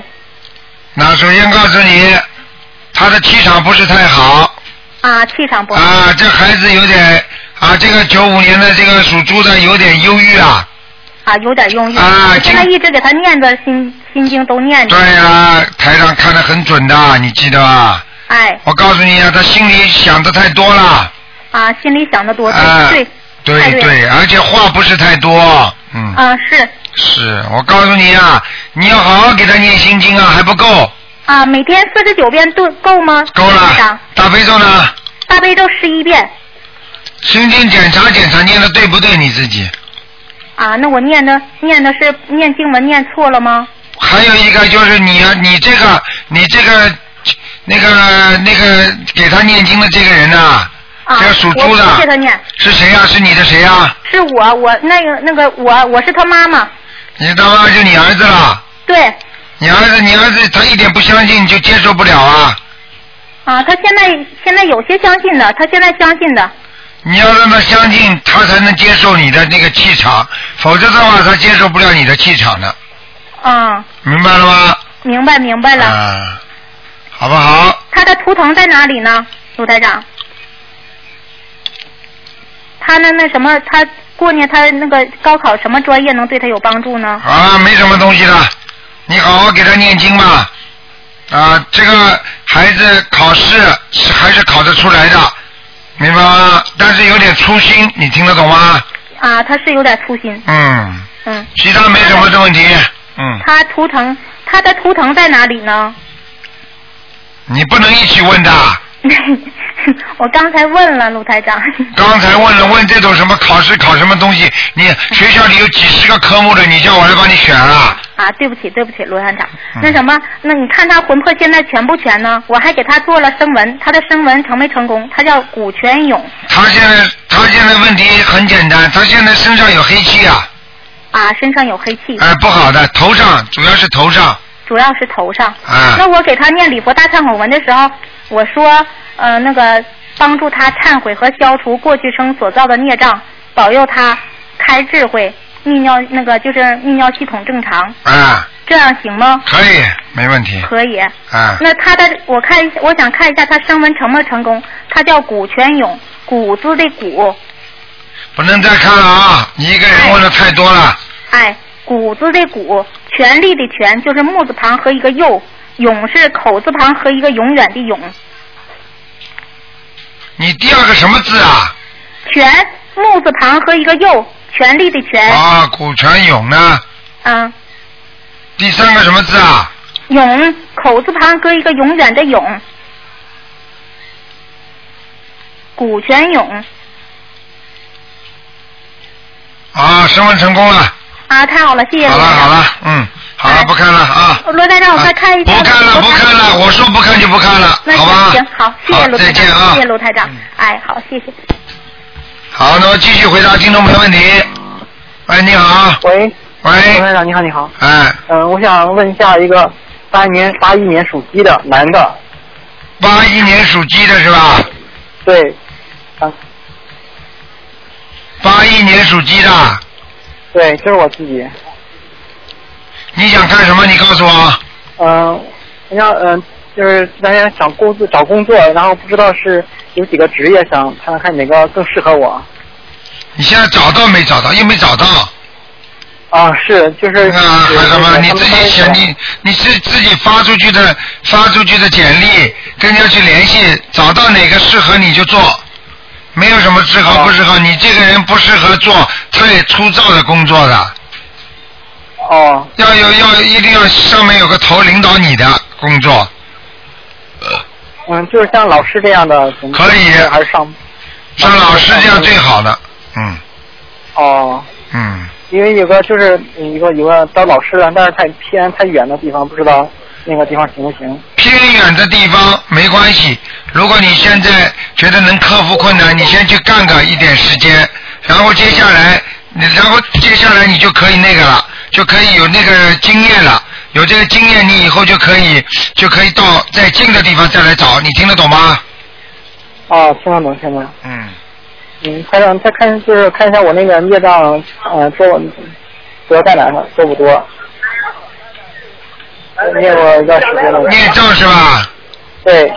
[SPEAKER 1] 那首先告诉你，他的气场不是太好
[SPEAKER 7] 啊，气场不好。
[SPEAKER 1] 啊，这孩子有点啊，这个九五年的这个属猪的有点忧郁啊。
[SPEAKER 7] 啊，有点用力。
[SPEAKER 1] 啊
[SPEAKER 7] 我现在
[SPEAKER 1] 经
[SPEAKER 7] 一直给他念着心心经都念着
[SPEAKER 1] 对。哎呀、台上看得很准的，你记得吧？
[SPEAKER 7] 哎，
[SPEAKER 1] 我告诉你啊，他心里想的太多了，
[SPEAKER 7] 啊，心里想的多，对、
[SPEAKER 1] 啊
[SPEAKER 7] 对，
[SPEAKER 1] 对
[SPEAKER 7] 太对了
[SPEAKER 1] 对，而且话不是太多，嗯，
[SPEAKER 7] 啊是，
[SPEAKER 1] 是我告诉你啊，你要好好给他念心经啊，还不够，
[SPEAKER 7] 啊，每天四十九遍对够吗？
[SPEAKER 1] 够
[SPEAKER 7] 台
[SPEAKER 1] 了
[SPEAKER 7] 长。
[SPEAKER 1] 大悲咒呢？
[SPEAKER 7] 大悲咒十一遍
[SPEAKER 1] 心经检查检查念的对不对你自己？
[SPEAKER 7] 啊，那我念的念的是念经文念错了吗？
[SPEAKER 1] 还有一个就是你啊，你这个你这个那个那个给他念经的这个人呐、
[SPEAKER 7] 啊，
[SPEAKER 1] 这个属猪
[SPEAKER 7] 我不给他
[SPEAKER 1] 的
[SPEAKER 7] 念，
[SPEAKER 1] 是谁呀、是你的谁啊呀、
[SPEAKER 7] 是我我那个那个我我是他妈妈，
[SPEAKER 1] 你当然就你儿子了。
[SPEAKER 7] 对
[SPEAKER 1] 你儿子，你儿子他一点不相信，你就接受不了啊！
[SPEAKER 7] 啊，他现在现在有些相信的，他现在相信的
[SPEAKER 1] 你要让他相信，他才能接受你的那个气场，否则的话，他接受不了你的气场的，
[SPEAKER 7] 啊，
[SPEAKER 1] 明白了吗？
[SPEAKER 7] 明白明白了。
[SPEAKER 1] 啊，好不好？
[SPEAKER 7] 他的图腾在哪里呢，卢台长？他那那什么，他过年他那个高考什么专业能对他有帮助呢？
[SPEAKER 1] 啊，没什么东西的，你好好给他念经吧。啊，这个孩子考试是还是考得出来的，明白吗？但是有点粗心，你听得懂吗？
[SPEAKER 7] 啊，他是有点粗心，
[SPEAKER 1] 嗯，
[SPEAKER 7] 嗯，
[SPEAKER 1] 其他没什么的问题。嗯，
[SPEAKER 7] 他图腾他的图腾在哪里呢？
[SPEAKER 1] 你不能一起问的。
[SPEAKER 7] 我刚才问了卢台长，
[SPEAKER 1] 刚才问了问这种什么考试考什么东西，你学校里有几十个科目的，你叫我来帮你选啊？
[SPEAKER 7] 啊，对不起对不起，卢台长
[SPEAKER 1] 嗯，
[SPEAKER 7] 那什么，那你看他魂魄现在全不全呢？我还给他做了声纹，他的声纹成没成功？他叫古泉勇
[SPEAKER 1] 他现在他现在问题很简单，他现在身上有黑气啊，
[SPEAKER 7] 啊，身上有黑气，
[SPEAKER 1] 哎，不好的，头上主要是头上，
[SPEAKER 7] 主要是头上。
[SPEAKER 1] 啊
[SPEAKER 7] 那我给他念礼佛大忏悔文的时候，我说，呃，那个帮助他忏悔和消除过去生所造的孽障，保佑他开智慧，泌尿那个就是泌尿系统正常，
[SPEAKER 1] 啊，
[SPEAKER 7] 这样行吗？
[SPEAKER 1] 可以，没问题，
[SPEAKER 7] 可以。
[SPEAKER 1] 啊，
[SPEAKER 7] 那他的，我看一下，我想看一下他声纹成没成功。他叫古全勇，古字的古，
[SPEAKER 1] 不能再看了啊，你一个人问的太多了，
[SPEAKER 7] 哎，古字的古，权力的权就是木字旁和一个右，勇是口字旁和一个永远的永。
[SPEAKER 1] 你第二个什么字啊？
[SPEAKER 7] 权木字旁和一个右，权力的权。
[SPEAKER 1] 啊，古泉勇呢？
[SPEAKER 7] 嗯，
[SPEAKER 1] 第三个什么字啊？
[SPEAKER 7] 永口字旁搁一个永远的永。古泉勇
[SPEAKER 1] 啊，身份成功了，
[SPEAKER 7] 啊，太好了，谢谢
[SPEAKER 1] 好
[SPEAKER 7] 罗
[SPEAKER 1] 了
[SPEAKER 7] 台
[SPEAKER 1] 好
[SPEAKER 7] 长。
[SPEAKER 1] 了，嗯，好了，不看了啊。
[SPEAKER 7] 罗台长，我再看一下。
[SPEAKER 1] 不看了，不看了，我说不看就不看了，
[SPEAKER 7] 那
[SPEAKER 1] 好吧？
[SPEAKER 7] 行行，好，谢谢罗
[SPEAKER 1] 再
[SPEAKER 7] 台
[SPEAKER 1] 见
[SPEAKER 7] 长，
[SPEAKER 1] 啊
[SPEAKER 7] 谢谢。罗台长。哎，好，谢谢。
[SPEAKER 1] 好，那么继续回答听众朋友问题。喂，你好，
[SPEAKER 8] 喂，罗
[SPEAKER 1] 喂，
[SPEAKER 8] 院长你好，你好，
[SPEAKER 1] 哎，
[SPEAKER 8] 嗯、我想问一下一个八一年八一年属鸡的男的，
[SPEAKER 1] 八一年属鸡的是吧？
[SPEAKER 8] 对，啊，
[SPEAKER 1] 八一年属鸡的，
[SPEAKER 8] 对，就是我自己，
[SPEAKER 1] 你想看什么？你告诉我。
[SPEAKER 8] 嗯、我想嗯、就是大家想工作找工作，然后不知道是有几个职业，想看看哪个更适合我。
[SPEAKER 1] 你现在找到没找到？又没找到
[SPEAKER 8] 啊，是，就是
[SPEAKER 1] 啊？还什么？
[SPEAKER 8] 嗯
[SPEAKER 1] 你自己
[SPEAKER 8] 选
[SPEAKER 1] 想你你是自己发出去的发出去的简历，跟人家去联系，找到哪个适合你就做，没有什么适合不适合。你这个人不适合做太粗糙的工作的。
[SPEAKER 8] 哦，
[SPEAKER 1] 要有要一定要上面有个头领导你的工作，
[SPEAKER 8] 嗯，就是像老师这样的，怎么
[SPEAKER 1] 可以
[SPEAKER 8] 还是上
[SPEAKER 1] 像老师这样最好的。嗯
[SPEAKER 8] 哦。
[SPEAKER 1] 嗯，
[SPEAKER 8] 因为有个就是嗯一个有个当老师的，但是太偏太远的地方，不知道那个地方行不行？
[SPEAKER 1] 偏远的地方没关系。如果你现在觉得能克服困难，你先去干个一点时间，然后接下来，你然后接下来你就可以那个了，就可以有那个经验了。有这个经验，你以后就可以就可以到在近的地方再来找，你听得懂吗？
[SPEAKER 8] 哦，听得懂，听得懂。
[SPEAKER 1] 嗯，
[SPEAKER 8] 嗯，台长，再看就是看一下我那个业障，呃，多多在哪上，多不多？我呃念过一段时间了。
[SPEAKER 1] 孽障是吧？
[SPEAKER 8] 对，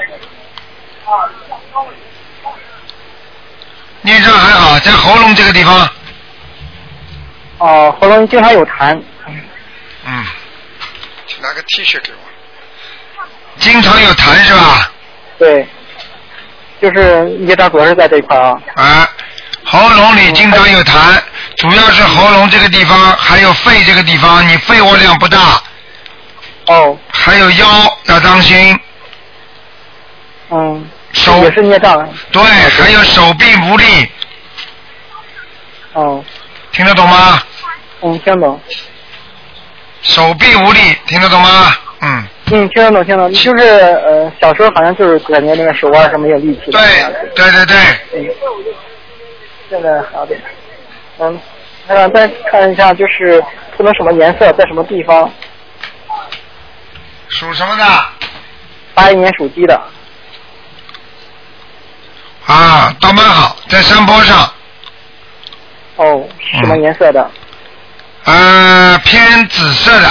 [SPEAKER 1] 孽障还好，在喉咙这个地方。
[SPEAKER 8] 哦、喉咙经常有痰。
[SPEAKER 1] 嗯，请拿个 T 恤给我。经常有痰是吧？
[SPEAKER 8] 对，就是业障主要是在这一块啊。
[SPEAKER 1] 啊，喉咙里经常有痰，主要是喉咙这个地方，还有肺这个地方，你肺活量不大，
[SPEAKER 8] 哦，
[SPEAKER 1] 还有腰要当心，
[SPEAKER 8] 嗯，
[SPEAKER 1] 手
[SPEAKER 8] 也是孽障，啊
[SPEAKER 1] 对，还有手臂无力，
[SPEAKER 8] 哦，
[SPEAKER 1] 听得懂吗？
[SPEAKER 8] 嗯，听得懂，
[SPEAKER 1] 手臂无力，听得懂吗？嗯，
[SPEAKER 8] 嗯，听得懂，听得懂，就是呃，小时候好像就是感觉那个手腕上没有力气的那样子，
[SPEAKER 1] 对对对对，
[SPEAKER 8] 现在好点。嗯，那个再看一下，就是涂成什么颜色，在什么地方？
[SPEAKER 1] 属什么的？
[SPEAKER 8] 八一年属鸡的。
[SPEAKER 1] 啊，倒蛮好，在山坡上，
[SPEAKER 8] 哦，是什么颜色的？
[SPEAKER 1] 嗯呃，偏紫色的，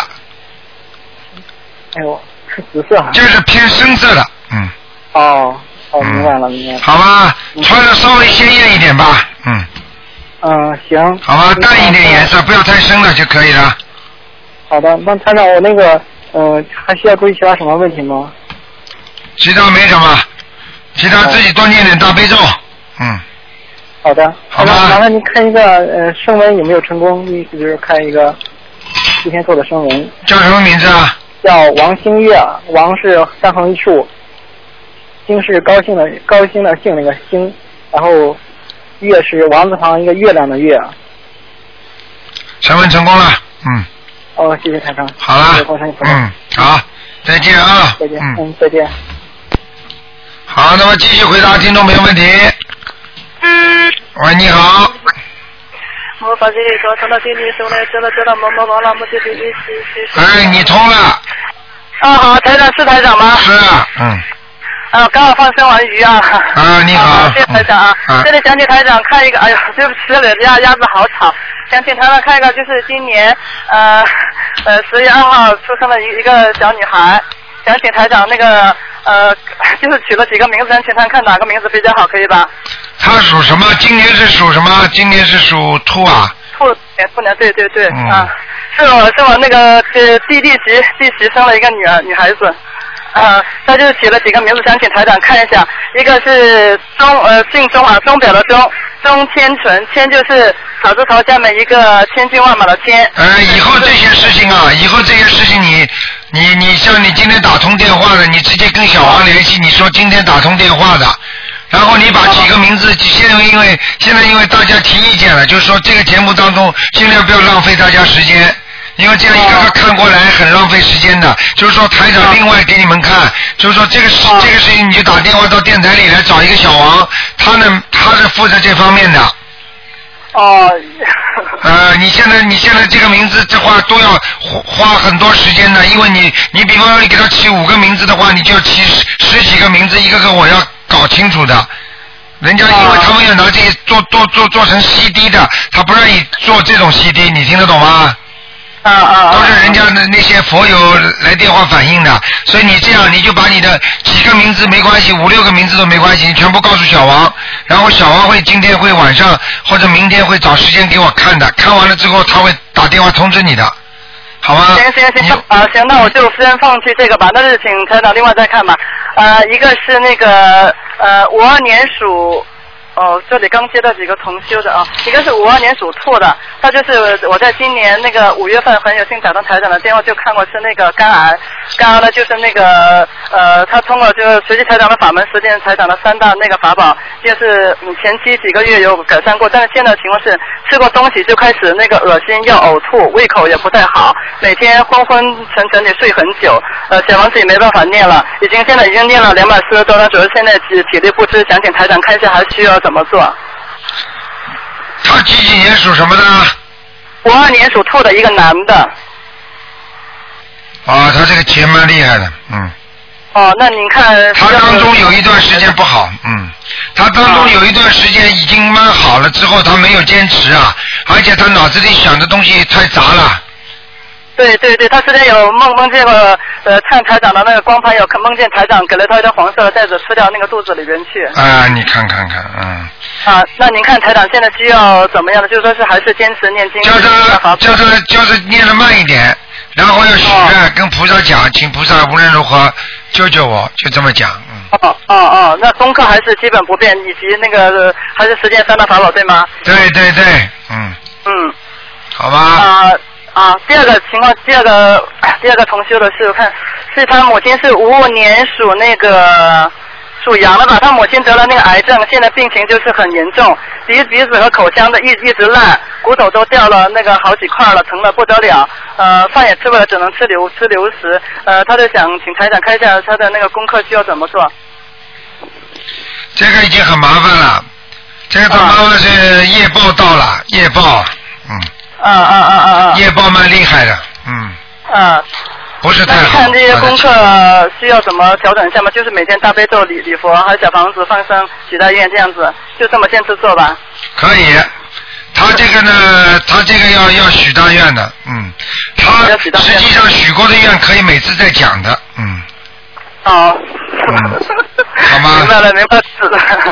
[SPEAKER 8] 哎呦，是紫色哈。
[SPEAKER 1] 就是偏深色的，嗯，
[SPEAKER 8] 哦，哦，
[SPEAKER 1] 嗯
[SPEAKER 8] 明白了，明白了。
[SPEAKER 1] 好吧，穿的稍微鲜艳一点吧，嗯，
[SPEAKER 8] 嗯，行。
[SPEAKER 1] 好吧，淡一点颜
[SPEAKER 8] 哦
[SPEAKER 1] 色，不要太深了就可以了。
[SPEAKER 8] 好的，那团长，我那个，嗯、还需要注意其他什么问题吗？
[SPEAKER 1] 其他没什么，其他自己多念点大悲咒，嗯，
[SPEAKER 8] 好的。
[SPEAKER 1] 好吧
[SPEAKER 8] 那麻烦您看一个，呃，声纹有没有成功？意思就是看一个今天做的声纹，
[SPEAKER 1] 叫什么名字啊？
[SPEAKER 8] 叫王星月，啊王是三横一竖，星是高兴的高兴的兴那个星，然后月是王字旁一个月亮的月。啊
[SPEAKER 1] 询问成功了，嗯，
[SPEAKER 8] 哦，谢谢台长。
[SPEAKER 1] 好
[SPEAKER 8] 谢谢
[SPEAKER 1] 了
[SPEAKER 8] 高山，同学
[SPEAKER 1] 嗯，好，再见啊，
[SPEAKER 8] 再见，
[SPEAKER 1] 嗯，
[SPEAKER 8] 嗯，再见。
[SPEAKER 1] 好，那么继续回答听众朋友问题。喂，你好，
[SPEAKER 3] 我把这里说，传到这里说呢，知道知道，某某某了，我这里是是是。
[SPEAKER 1] 哎，你通了，
[SPEAKER 6] 哦
[SPEAKER 3] 啊，好，台长是台长吗？
[SPEAKER 1] 是啊，嗯，
[SPEAKER 3] 啊，刚好放生完鱼啊。
[SPEAKER 1] 啊，你好，
[SPEAKER 3] 谢谢台长啊！
[SPEAKER 1] 嗯
[SPEAKER 3] 这里想请台长看一个，哎呀，对不起，惹鸭鸭子好吵。想请台长看一个，就是今年呃呃十月二号出生的一一个小女孩，想请台长那个呃，就是取了几个名字，想请他看哪个名字比较好，可以吧？
[SPEAKER 1] 他属什么？今年是属什么？今年是属兔啊，
[SPEAKER 3] 兔年兔哎年，对对对，
[SPEAKER 1] 嗯
[SPEAKER 3] 啊，是我是我那个呃弟弟媳弟媳生了一个女儿女孩子，啊，她就起了几个名字，想请台长看一下，一个是钟呃姓钟啊，钟表的钟，钟千纯，千就是草字头下面一个千军万马的千，
[SPEAKER 1] 呃，以后这些事情啊，以后这些事情你，你你像你今天打通电话的，你直接跟小王联系，你说今天打通电话的，然后你把几个名字，现在因为现在因为大家提意见了，就是说这个节目当中尽量不要浪费大家时间。因为这样一个个看过来很浪费时间的，就是说台长另外给你们看，就是说这个事这个事情你就打电话到电台里来找一个小王，他呢他是负责这方面的，
[SPEAKER 3] 哦，
[SPEAKER 1] 呃，你现在你现在这个名字的话都要花花很多时间的，因为你你比方说你给他起五个名字的话，你就要起十十几个名字，一个个我要搞清楚的。人家因为他们要拿这些做做做做成 CD 的，他不愿意做这种 CD，你听得懂吗？
[SPEAKER 3] 啊啊，啊
[SPEAKER 1] 都是人家的那些佛友来电话反映的，所以你这样你就把你的几个名字没关系，五六个名字都没关系，你全部告诉小王，然后小王会今天会晚上或者明天会找时间给我看的，看完了之后他会打电话通知你的，好吗？嗯
[SPEAKER 3] 行行
[SPEAKER 1] 你
[SPEAKER 3] 行，啊行，那我就先放弃这个吧，那就请台长另外再看吧。呃，一个是那个呃五二年属，哦这里刚接到几个同修的啊，一个是五二年属兔的，他就是我在今年那个五月份很有幸打通台长的电话，就看过是那个肝癌，肝癌呢就是那个呃他通过就是随机台长的法门实践台长的三大那个法宝，就是嗯前期几个月有改善过，但是现在情况是吃过东西就开始那个恶心要呕吐，胃口也不太好，每天昏昏沉沉的睡很久，呃，小王子也没办法念了，已经现在已经念了两百四十多张，主要现在体体力不支，想请台长看一下还需要怎么做。
[SPEAKER 1] 他几几年属什么的？
[SPEAKER 3] 五二年属兔的一个男的，
[SPEAKER 1] 啊，他这个结蛮厉害的，嗯。
[SPEAKER 3] 哦，那您看
[SPEAKER 1] 他当中有一段时间不好，嗯，他当中有一段时间已经蛮好了，之后他没有坚持啊，而且他脑子里想的东西太杂了，
[SPEAKER 3] 对对对，他之前有梦梦见过，呃，看台长的那个光盘有，可梦见台长给了他一张黄色的袋子，吃掉那个肚子里边去。
[SPEAKER 1] 啊，你看看看，嗯，
[SPEAKER 3] 啊，那您看台长现在需要怎么样的？就是说是还是坚持念经，
[SPEAKER 1] 叫
[SPEAKER 3] 念
[SPEAKER 1] 他
[SPEAKER 3] 法
[SPEAKER 1] 叫他叫他念的慢一点，然后要许
[SPEAKER 3] 哦
[SPEAKER 1] 愿，跟菩萨讲，请菩萨无论如何救救我，就这么讲，嗯，
[SPEAKER 3] 哦哦哦，那功课还是基本不变，以及那个呃还是实践三大法宝对吗？
[SPEAKER 1] 对对对，嗯，
[SPEAKER 3] 嗯，
[SPEAKER 1] 好吗？
[SPEAKER 3] 啊啊，第二个情况，第二个 哎第二个同修的是，我看是他母亲是五五年属那个属羊的吧，他母亲得了那个癌症，现在病情就是很严重，鼻鼻子和口腔的一一直烂，骨头都掉了那个好几块了，疼的不得了，呃，饭也吃不了，只能吃流吃流食，呃，他就想请台长看一下他的那个功课需要怎么做。啊
[SPEAKER 1] 这个已经很麻烦了，这个他妈妈是夜报到了，夜报，嗯，
[SPEAKER 3] 啊啊啊啊啊！
[SPEAKER 1] 夜报蛮厉害的，嗯，
[SPEAKER 3] 啊，
[SPEAKER 1] 不是
[SPEAKER 3] 那
[SPEAKER 1] 太
[SPEAKER 3] 你
[SPEAKER 1] 好。
[SPEAKER 3] 看这些功
[SPEAKER 1] 反正
[SPEAKER 3] 课需要怎么调整一下吗？就是每天大悲咒、礼礼佛，还有小房子放生、许大愿这样子，就这么坚持做吧。
[SPEAKER 1] 可以。他这个呢，他这个要要许大愿的，嗯，他
[SPEAKER 3] 要许大愿
[SPEAKER 1] 实际上许过的愿可以每次再讲的，嗯，
[SPEAKER 3] 哦。
[SPEAKER 1] 嗯好吗
[SPEAKER 3] 明白了，明白 了。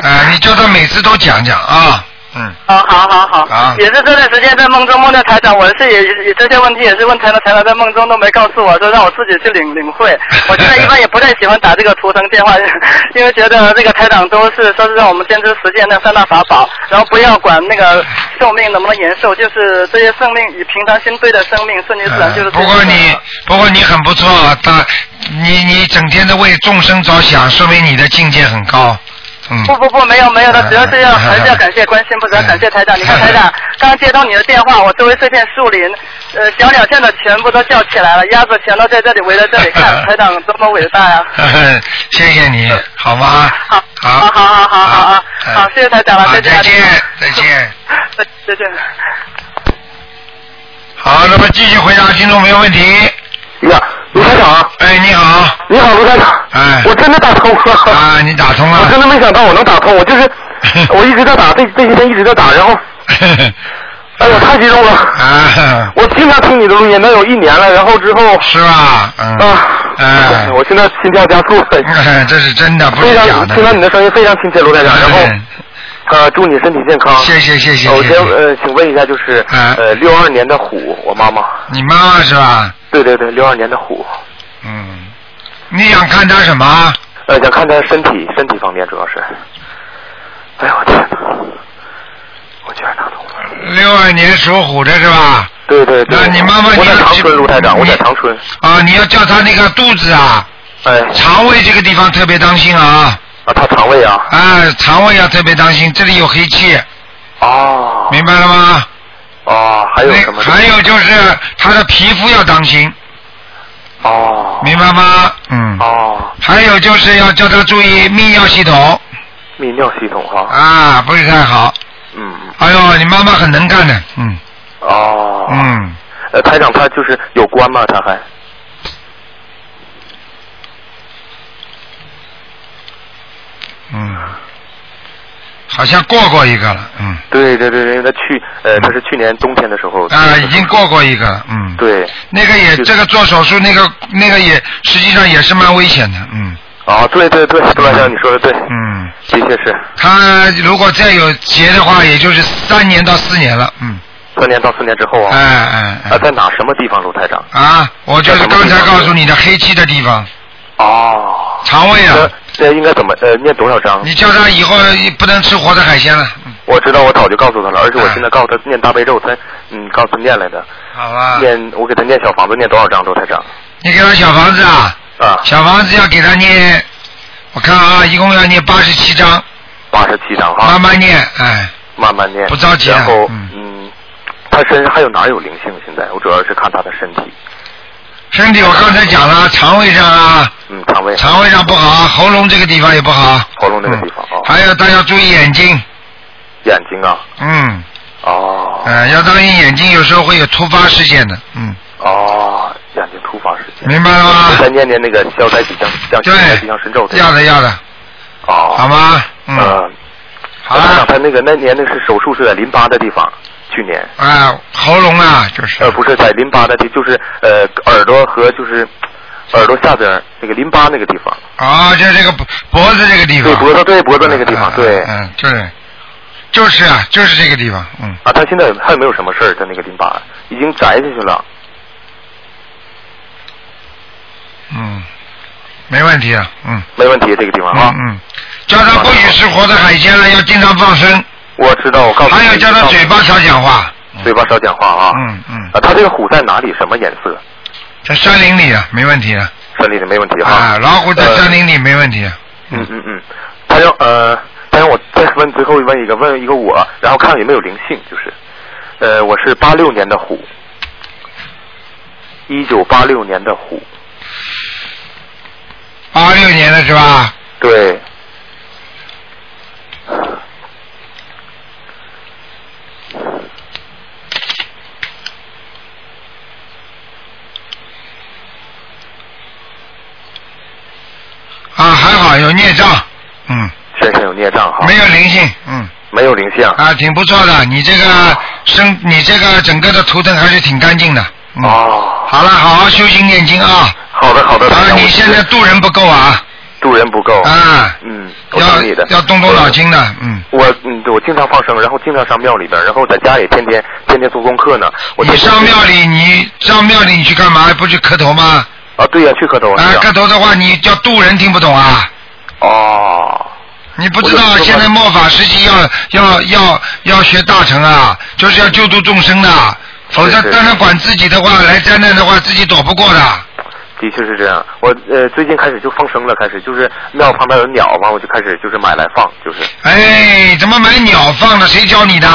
[SPEAKER 1] 啊、你叫他每次都讲讲啊，嗯，
[SPEAKER 3] 哦，好好好，
[SPEAKER 1] 啊
[SPEAKER 3] 也是这段时间在梦中梦到台长，我是也也这些问题也是问台长，台长在梦中都没告诉我，说让我自己去领领会。我现在一般也不太喜欢打这个图腾电话， 因为觉得这个台长都是说是让我们坚持实践那三大法宝，然后不要管那个寿命能不能延寿，就是这些生命以平常心对待生命，顺其自然就是最
[SPEAKER 1] 呃
[SPEAKER 3] 重
[SPEAKER 1] 不
[SPEAKER 3] 要的。
[SPEAKER 1] 过你不过你很不错，他你你整天的为众生着想，说明你的境界很高，嗯，
[SPEAKER 3] 不不不，没有没有的，主要是要
[SPEAKER 1] 嗯
[SPEAKER 3] 还是要感谢关心，不主要感谢台长。你看台长刚接到你的电话，我周围这片树林，呃，小鸟现在全部都叫起来了，鸭子全都在这里围在这里看， 台长多么伟大呀、
[SPEAKER 1] 谢谢你，好吗？
[SPEAKER 3] 嗯好，
[SPEAKER 1] 好，
[SPEAKER 3] 好好好好好好
[SPEAKER 1] 嗯
[SPEAKER 3] 好谢谢台长了
[SPEAKER 1] 好
[SPEAKER 3] 再见
[SPEAKER 1] 再见，再见。
[SPEAKER 3] 再再见。
[SPEAKER 1] 好，那么继续回答听众朋友问题。
[SPEAKER 5] 呀，卢台长，
[SPEAKER 1] 哎，你好，
[SPEAKER 5] 你好，卢台长，
[SPEAKER 1] 哎
[SPEAKER 5] 我真的打通了。
[SPEAKER 1] 啊，你打通
[SPEAKER 5] 我真
[SPEAKER 1] 了。
[SPEAKER 5] 的没想到我能打通，我就是我一直在打，这这些天一直在打，然后哎呦太激动了，
[SPEAKER 1] 啊，
[SPEAKER 5] 我经常听你的录音，能有一年了，然后之后
[SPEAKER 1] 是吧？嗯，
[SPEAKER 5] 啊，
[SPEAKER 1] 哎
[SPEAKER 5] 我现在心跳加速了，
[SPEAKER 1] 嗯 这是真的，不是
[SPEAKER 5] 非
[SPEAKER 1] 假
[SPEAKER 5] 常
[SPEAKER 1] 的。哎
[SPEAKER 5] 听到你的声音非常亲切，卢台长，然后呃祝你身体健康。
[SPEAKER 1] 谢谢谢谢
[SPEAKER 5] 呃我
[SPEAKER 1] 谢
[SPEAKER 5] 先
[SPEAKER 1] 谢。
[SPEAKER 5] 呃，请问一下，就是
[SPEAKER 1] 啊
[SPEAKER 5] 呃，六二年的虎，我妈妈，
[SPEAKER 1] 你妈妈是吧？
[SPEAKER 5] 对对对，六二年的虎，
[SPEAKER 1] 嗯，你想看她什么？
[SPEAKER 5] 呃，想看她身体身体方面，主要是，啊哎呦我天哪，我居然打通了，
[SPEAKER 1] 六二年属虎的是吧？
[SPEAKER 5] 对对对，
[SPEAKER 1] 那你妈妈
[SPEAKER 5] 我
[SPEAKER 1] 你
[SPEAKER 5] 在
[SPEAKER 1] 要
[SPEAKER 5] 长
[SPEAKER 1] 去
[SPEAKER 5] 春，卢台长，我在
[SPEAKER 1] 你
[SPEAKER 5] 长春，
[SPEAKER 1] 啊，你要叫她那个肚子啊，
[SPEAKER 5] 哎，
[SPEAKER 1] 肠胃这个地方特别当心啊，
[SPEAKER 5] 啊，她肠胃啊，
[SPEAKER 1] 啊，肠胃要特别当心，这里有黑气，
[SPEAKER 5] 哦，
[SPEAKER 1] 明白了吗？
[SPEAKER 5] 哦，还有什么？
[SPEAKER 1] 那还有就是他的皮肤要当心，
[SPEAKER 5] 哦，
[SPEAKER 1] 明白吗？嗯。
[SPEAKER 5] 哦，
[SPEAKER 1] 还有就是要叫他注意泌尿系统
[SPEAKER 5] 泌尿系统哈、
[SPEAKER 1] 啊，不是太好。
[SPEAKER 5] 嗯嗯，
[SPEAKER 1] 哎呦，你妈妈很能干的，嗯
[SPEAKER 5] 哦，，
[SPEAKER 1] 嗯，
[SPEAKER 5] 呃，台长他就是有关吗？他还，
[SPEAKER 1] 嗯，好像过过一个了，嗯，
[SPEAKER 5] 对对对对，他去，呃，他是去年冬天的时候，
[SPEAKER 1] 啊，已经过过一个了，嗯，，
[SPEAKER 5] 对，
[SPEAKER 1] 那个也
[SPEAKER 5] 是
[SPEAKER 1] 这个做手术，那个那个也实际上也是蛮危险的，嗯
[SPEAKER 5] 啊，对对对，杜台长你说的对，
[SPEAKER 1] 嗯，
[SPEAKER 5] 的确是
[SPEAKER 1] 他如果再有结的话，也就是三年到四年了，嗯，
[SPEAKER 5] 三年到四年之后
[SPEAKER 1] 哎
[SPEAKER 5] 啊，
[SPEAKER 1] 哎哎
[SPEAKER 5] 啊，，在哪什么地方，卢台长？
[SPEAKER 1] 啊，我就是刚才告诉你的黑气的地方，
[SPEAKER 5] 哦，
[SPEAKER 1] 肠胃啊
[SPEAKER 5] 这，这应该怎么呃念多少章？
[SPEAKER 1] 你叫他以后不能吃活的海鲜了，嗯，
[SPEAKER 5] 我知道，我早就告诉他了，而且我
[SPEAKER 1] 啊
[SPEAKER 5] 现在告诉他念大悲咒，他嗯告诉他念来的，
[SPEAKER 1] 好吧？
[SPEAKER 5] 念我给他念小房子念多少章，卢台长？
[SPEAKER 1] 你给他小房子啊，
[SPEAKER 5] 啊，
[SPEAKER 1] 小房子要给他念，我看啊，一共要念八十七章，
[SPEAKER 5] 八十七章哈。
[SPEAKER 1] 慢慢念，哎，
[SPEAKER 5] 慢慢念，
[SPEAKER 1] 不着急啊
[SPEAKER 5] 然后
[SPEAKER 1] 嗯
[SPEAKER 5] 嗯，他身上还有哪有灵性？现在我主要是看他的身体，
[SPEAKER 1] 身体我刚才讲了，肠胃上啊，
[SPEAKER 5] 嗯，肠胃、
[SPEAKER 1] 肠胃上不好，啊喉咙这个地方也不好，
[SPEAKER 5] 喉咙那个地方啊、
[SPEAKER 1] 嗯还有大家注意眼睛，
[SPEAKER 5] 眼睛啊，
[SPEAKER 1] 嗯，
[SPEAKER 5] 哦、
[SPEAKER 1] 呃，要当心眼睛有时候会有突发事件的，嗯，
[SPEAKER 5] 哦，眼睛突发事件。
[SPEAKER 1] 明白了
[SPEAKER 5] 再
[SPEAKER 1] 吗？
[SPEAKER 5] 念念那个消灾吉祥降
[SPEAKER 1] 对
[SPEAKER 5] 消灾吉祥神咒，，
[SPEAKER 1] 要的要的，
[SPEAKER 5] 哦，
[SPEAKER 1] 好？吗？嗯，
[SPEAKER 5] 呃，
[SPEAKER 1] 好啊
[SPEAKER 5] 台长
[SPEAKER 1] 了，
[SPEAKER 5] 他那个那年那是手术是在淋巴的地方，去年，
[SPEAKER 1] 啊，喉咙啊，就是，
[SPEAKER 5] 呃，不是在淋巴的地，就是呃耳朵和就是耳朵下边儿那个淋巴那个地方，
[SPEAKER 1] 啊，就这个脖脖子这个地方，
[SPEAKER 5] 对，脖子对脖子那个地方，对，
[SPEAKER 1] 嗯，嗯对，就是啊，就是这个地方，嗯，
[SPEAKER 5] 啊，他现在还有没有什么事儿？他那个淋巴已经摘下去了。
[SPEAKER 1] 嗯，没问题啊，嗯，
[SPEAKER 5] 没问题，这个地方
[SPEAKER 1] 嗯
[SPEAKER 5] 啊，
[SPEAKER 1] 嗯，叫他不许吃活的海鲜了，要经常放生，
[SPEAKER 5] 我知道，我告诉你，
[SPEAKER 1] 还有叫他嘴巴少讲话，
[SPEAKER 5] 嘴巴少讲话啊。
[SPEAKER 1] 嗯嗯，
[SPEAKER 5] 啊，它这个虎在哪里？什么颜色？
[SPEAKER 1] 在山林里啊，没问题啊。
[SPEAKER 5] 山里的没问题哈。
[SPEAKER 1] 啊，老虎在
[SPEAKER 5] 呃
[SPEAKER 1] 山林里没问题啊。
[SPEAKER 5] 嗯嗯嗯，他让呃，他让我再问最后问一个，问一个我，然后看看有没有灵性，就是，呃，我是八六年的虎，一九八六年的虎，
[SPEAKER 1] 八六年的是吧？
[SPEAKER 5] 对，
[SPEAKER 1] 啊，还好有孽障，嗯，
[SPEAKER 5] 身上有孽障哈，
[SPEAKER 1] 没有灵性，嗯，
[SPEAKER 5] 没有灵性啊，
[SPEAKER 1] 啊，挺不错的。你这个生，你这个整个的图腾还是挺干净的。嗯，
[SPEAKER 5] 哦，
[SPEAKER 1] 好了，好好修心念经啊。
[SPEAKER 5] 好的好的，台
[SPEAKER 1] 啊，
[SPEAKER 5] 长
[SPEAKER 1] 你
[SPEAKER 5] 我
[SPEAKER 1] 现在渡人不够啊，
[SPEAKER 5] 渡人不够，
[SPEAKER 1] 啊，
[SPEAKER 5] 嗯，我
[SPEAKER 1] 要
[SPEAKER 5] 懂你的，
[SPEAKER 1] 要动动脑筋的，嗯。
[SPEAKER 5] 我嗯，对我经常放生，然后经常上庙里边，然后在家里天天天天做功课呢。我
[SPEAKER 1] 你
[SPEAKER 5] 就
[SPEAKER 1] 上庙里，你上庙里你去干嘛？不去磕头吗？
[SPEAKER 5] 啊？对呀、去磕头
[SPEAKER 1] 啊，
[SPEAKER 5] 是
[SPEAKER 1] 磕头的话，你叫渡人听不懂啊？
[SPEAKER 5] 哦，
[SPEAKER 1] 你不知道
[SPEAKER 5] 我就
[SPEAKER 1] 现在末法时期要要要要学大乘啊，就是要救度众生的，否则
[SPEAKER 5] 是是
[SPEAKER 1] 当然管自己的话，来灾难的话自己躲不过的。
[SPEAKER 5] 的确是这样。我呃最近开始就放生了，开始就是庙旁边有鸟嘛，我就开始就是买来放，就是
[SPEAKER 1] 哎，怎么买鸟放了？谁教你的？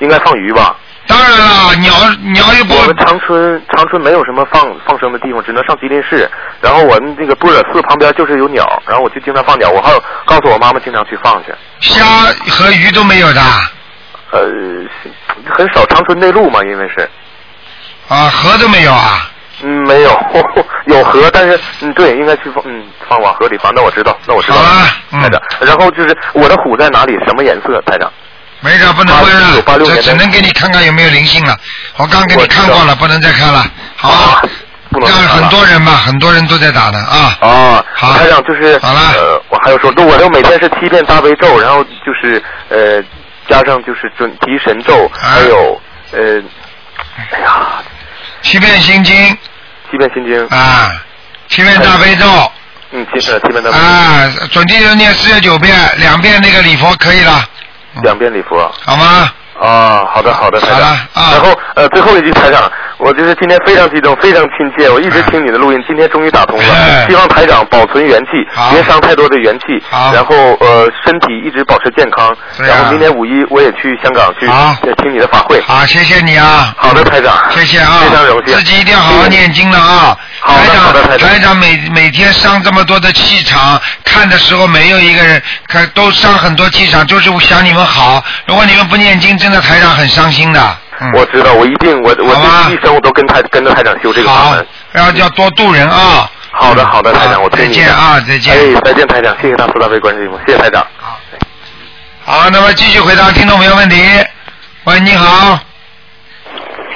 [SPEAKER 5] 应该放鱼吧。
[SPEAKER 1] 当然了，啊鸟鸟又不
[SPEAKER 5] 我们长春长春没有什么放放生的地方，只能上吉林市。然后我们这个波尔寺旁边就是有鸟，然后我就经常放鸟。我还有告诉我妈妈经常去放去。
[SPEAKER 1] 虾和鱼都没有的
[SPEAKER 5] 呃，很少长春内陆嘛，因为是。
[SPEAKER 1] 啊，河都没有啊。
[SPEAKER 5] 嗯，没有， 有河，但是嗯，对，应该去放嗯放往河里放。那我知道，那我知道
[SPEAKER 1] 好
[SPEAKER 5] 了，
[SPEAKER 1] 了，
[SPEAKER 5] 台长
[SPEAKER 1] 嗯，。
[SPEAKER 5] 然后就是我的虎在哪里？什么颜色，台长？
[SPEAKER 1] 没事，不能问了
[SPEAKER 5] 86，年
[SPEAKER 1] 这
[SPEAKER 5] 的
[SPEAKER 1] 只能给你看看有没有灵性了。我刚给你看过
[SPEAKER 5] 我知
[SPEAKER 1] 了，
[SPEAKER 5] 道
[SPEAKER 1] 不能再看了。好吧
[SPEAKER 5] 啊，不能
[SPEAKER 1] 但
[SPEAKER 5] 再看了
[SPEAKER 1] 很多人嘛，很多人都在打的啊。
[SPEAKER 5] 哦，
[SPEAKER 1] 好
[SPEAKER 5] 台长就是
[SPEAKER 1] 好了
[SPEAKER 5] 呃，我还有说，那我就每天是七遍大悲咒，然后就是呃，加上就是准提神咒，还
[SPEAKER 1] 啊
[SPEAKER 5] 有呃，哎呀，
[SPEAKER 1] 七遍心经
[SPEAKER 5] 七遍心经，
[SPEAKER 1] 啊，七遍大悲咒
[SPEAKER 5] 嗯，七呃七遍大悲咒，
[SPEAKER 1] 啊，准提人念四十九遍，两遍那个礼佛可以了，
[SPEAKER 5] 两遍礼佛。
[SPEAKER 1] 好吗？
[SPEAKER 5] 啊，好的好的，台长。
[SPEAKER 1] 好了啊
[SPEAKER 5] 然后呃，最后一句，台长，我就是今天非常激动，非常亲切，我一直听你的录音，今天终于打通
[SPEAKER 1] 哎
[SPEAKER 5] 了。希望台长保存元气
[SPEAKER 1] 好，
[SPEAKER 5] 别伤太多的元气。
[SPEAKER 1] 好
[SPEAKER 5] 然后呃，身体一直保持健康。
[SPEAKER 1] 对啊
[SPEAKER 5] 然后明年五一我也去香港去
[SPEAKER 1] 好
[SPEAKER 5] 呃听你的法会。
[SPEAKER 1] 好，谢谢你啊。
[SPEAKER 5] 好的，台长。
[SPEAKER 1] 谢谢啊
[SPEAKER 5] 非常荣，幸。嗯
[SPEAKER 1] 自己一定要好好念经了啊。
[SPEAKER 5] 好的
[SPEAKER 1] 台
[SPEAKER 5] 好的
[SPEAKER 1] 长，
[SPEAKER 5] 台长
[SPEAKER 1] 台长每每天上这么多的气场，看的时候没有一个人看都上很多气场，就是想你们好。如果你们不念经，真的台长很伤心的。嗯，
[SPEAKER 5] 我知道，我一定，我我
[SPEAKER 1] 好吧
[SPEAKER 5] 这一生我都跟台跟着台长修这个法
[SPEAKER 1] 好
[SPEAKER 5] 门。，
[SPEAKER 1] 要要多度人啊。
[SPEAKER 5] 好的，好的，台
[SPEAKER 1] 好
[SPEAKER 5] 长，我听
[SPEAKER 1] 再
[SPEAKER 5] 你的
[SPEAKER 1] 见啊，再见。
[SPEAKER 5] 哎，再见，台长，谢谢大慈大悲观世音菩萨，谢谢台长。
[SPEAKER 1] 好，那么继续回答听众朋友问题。喂，你好。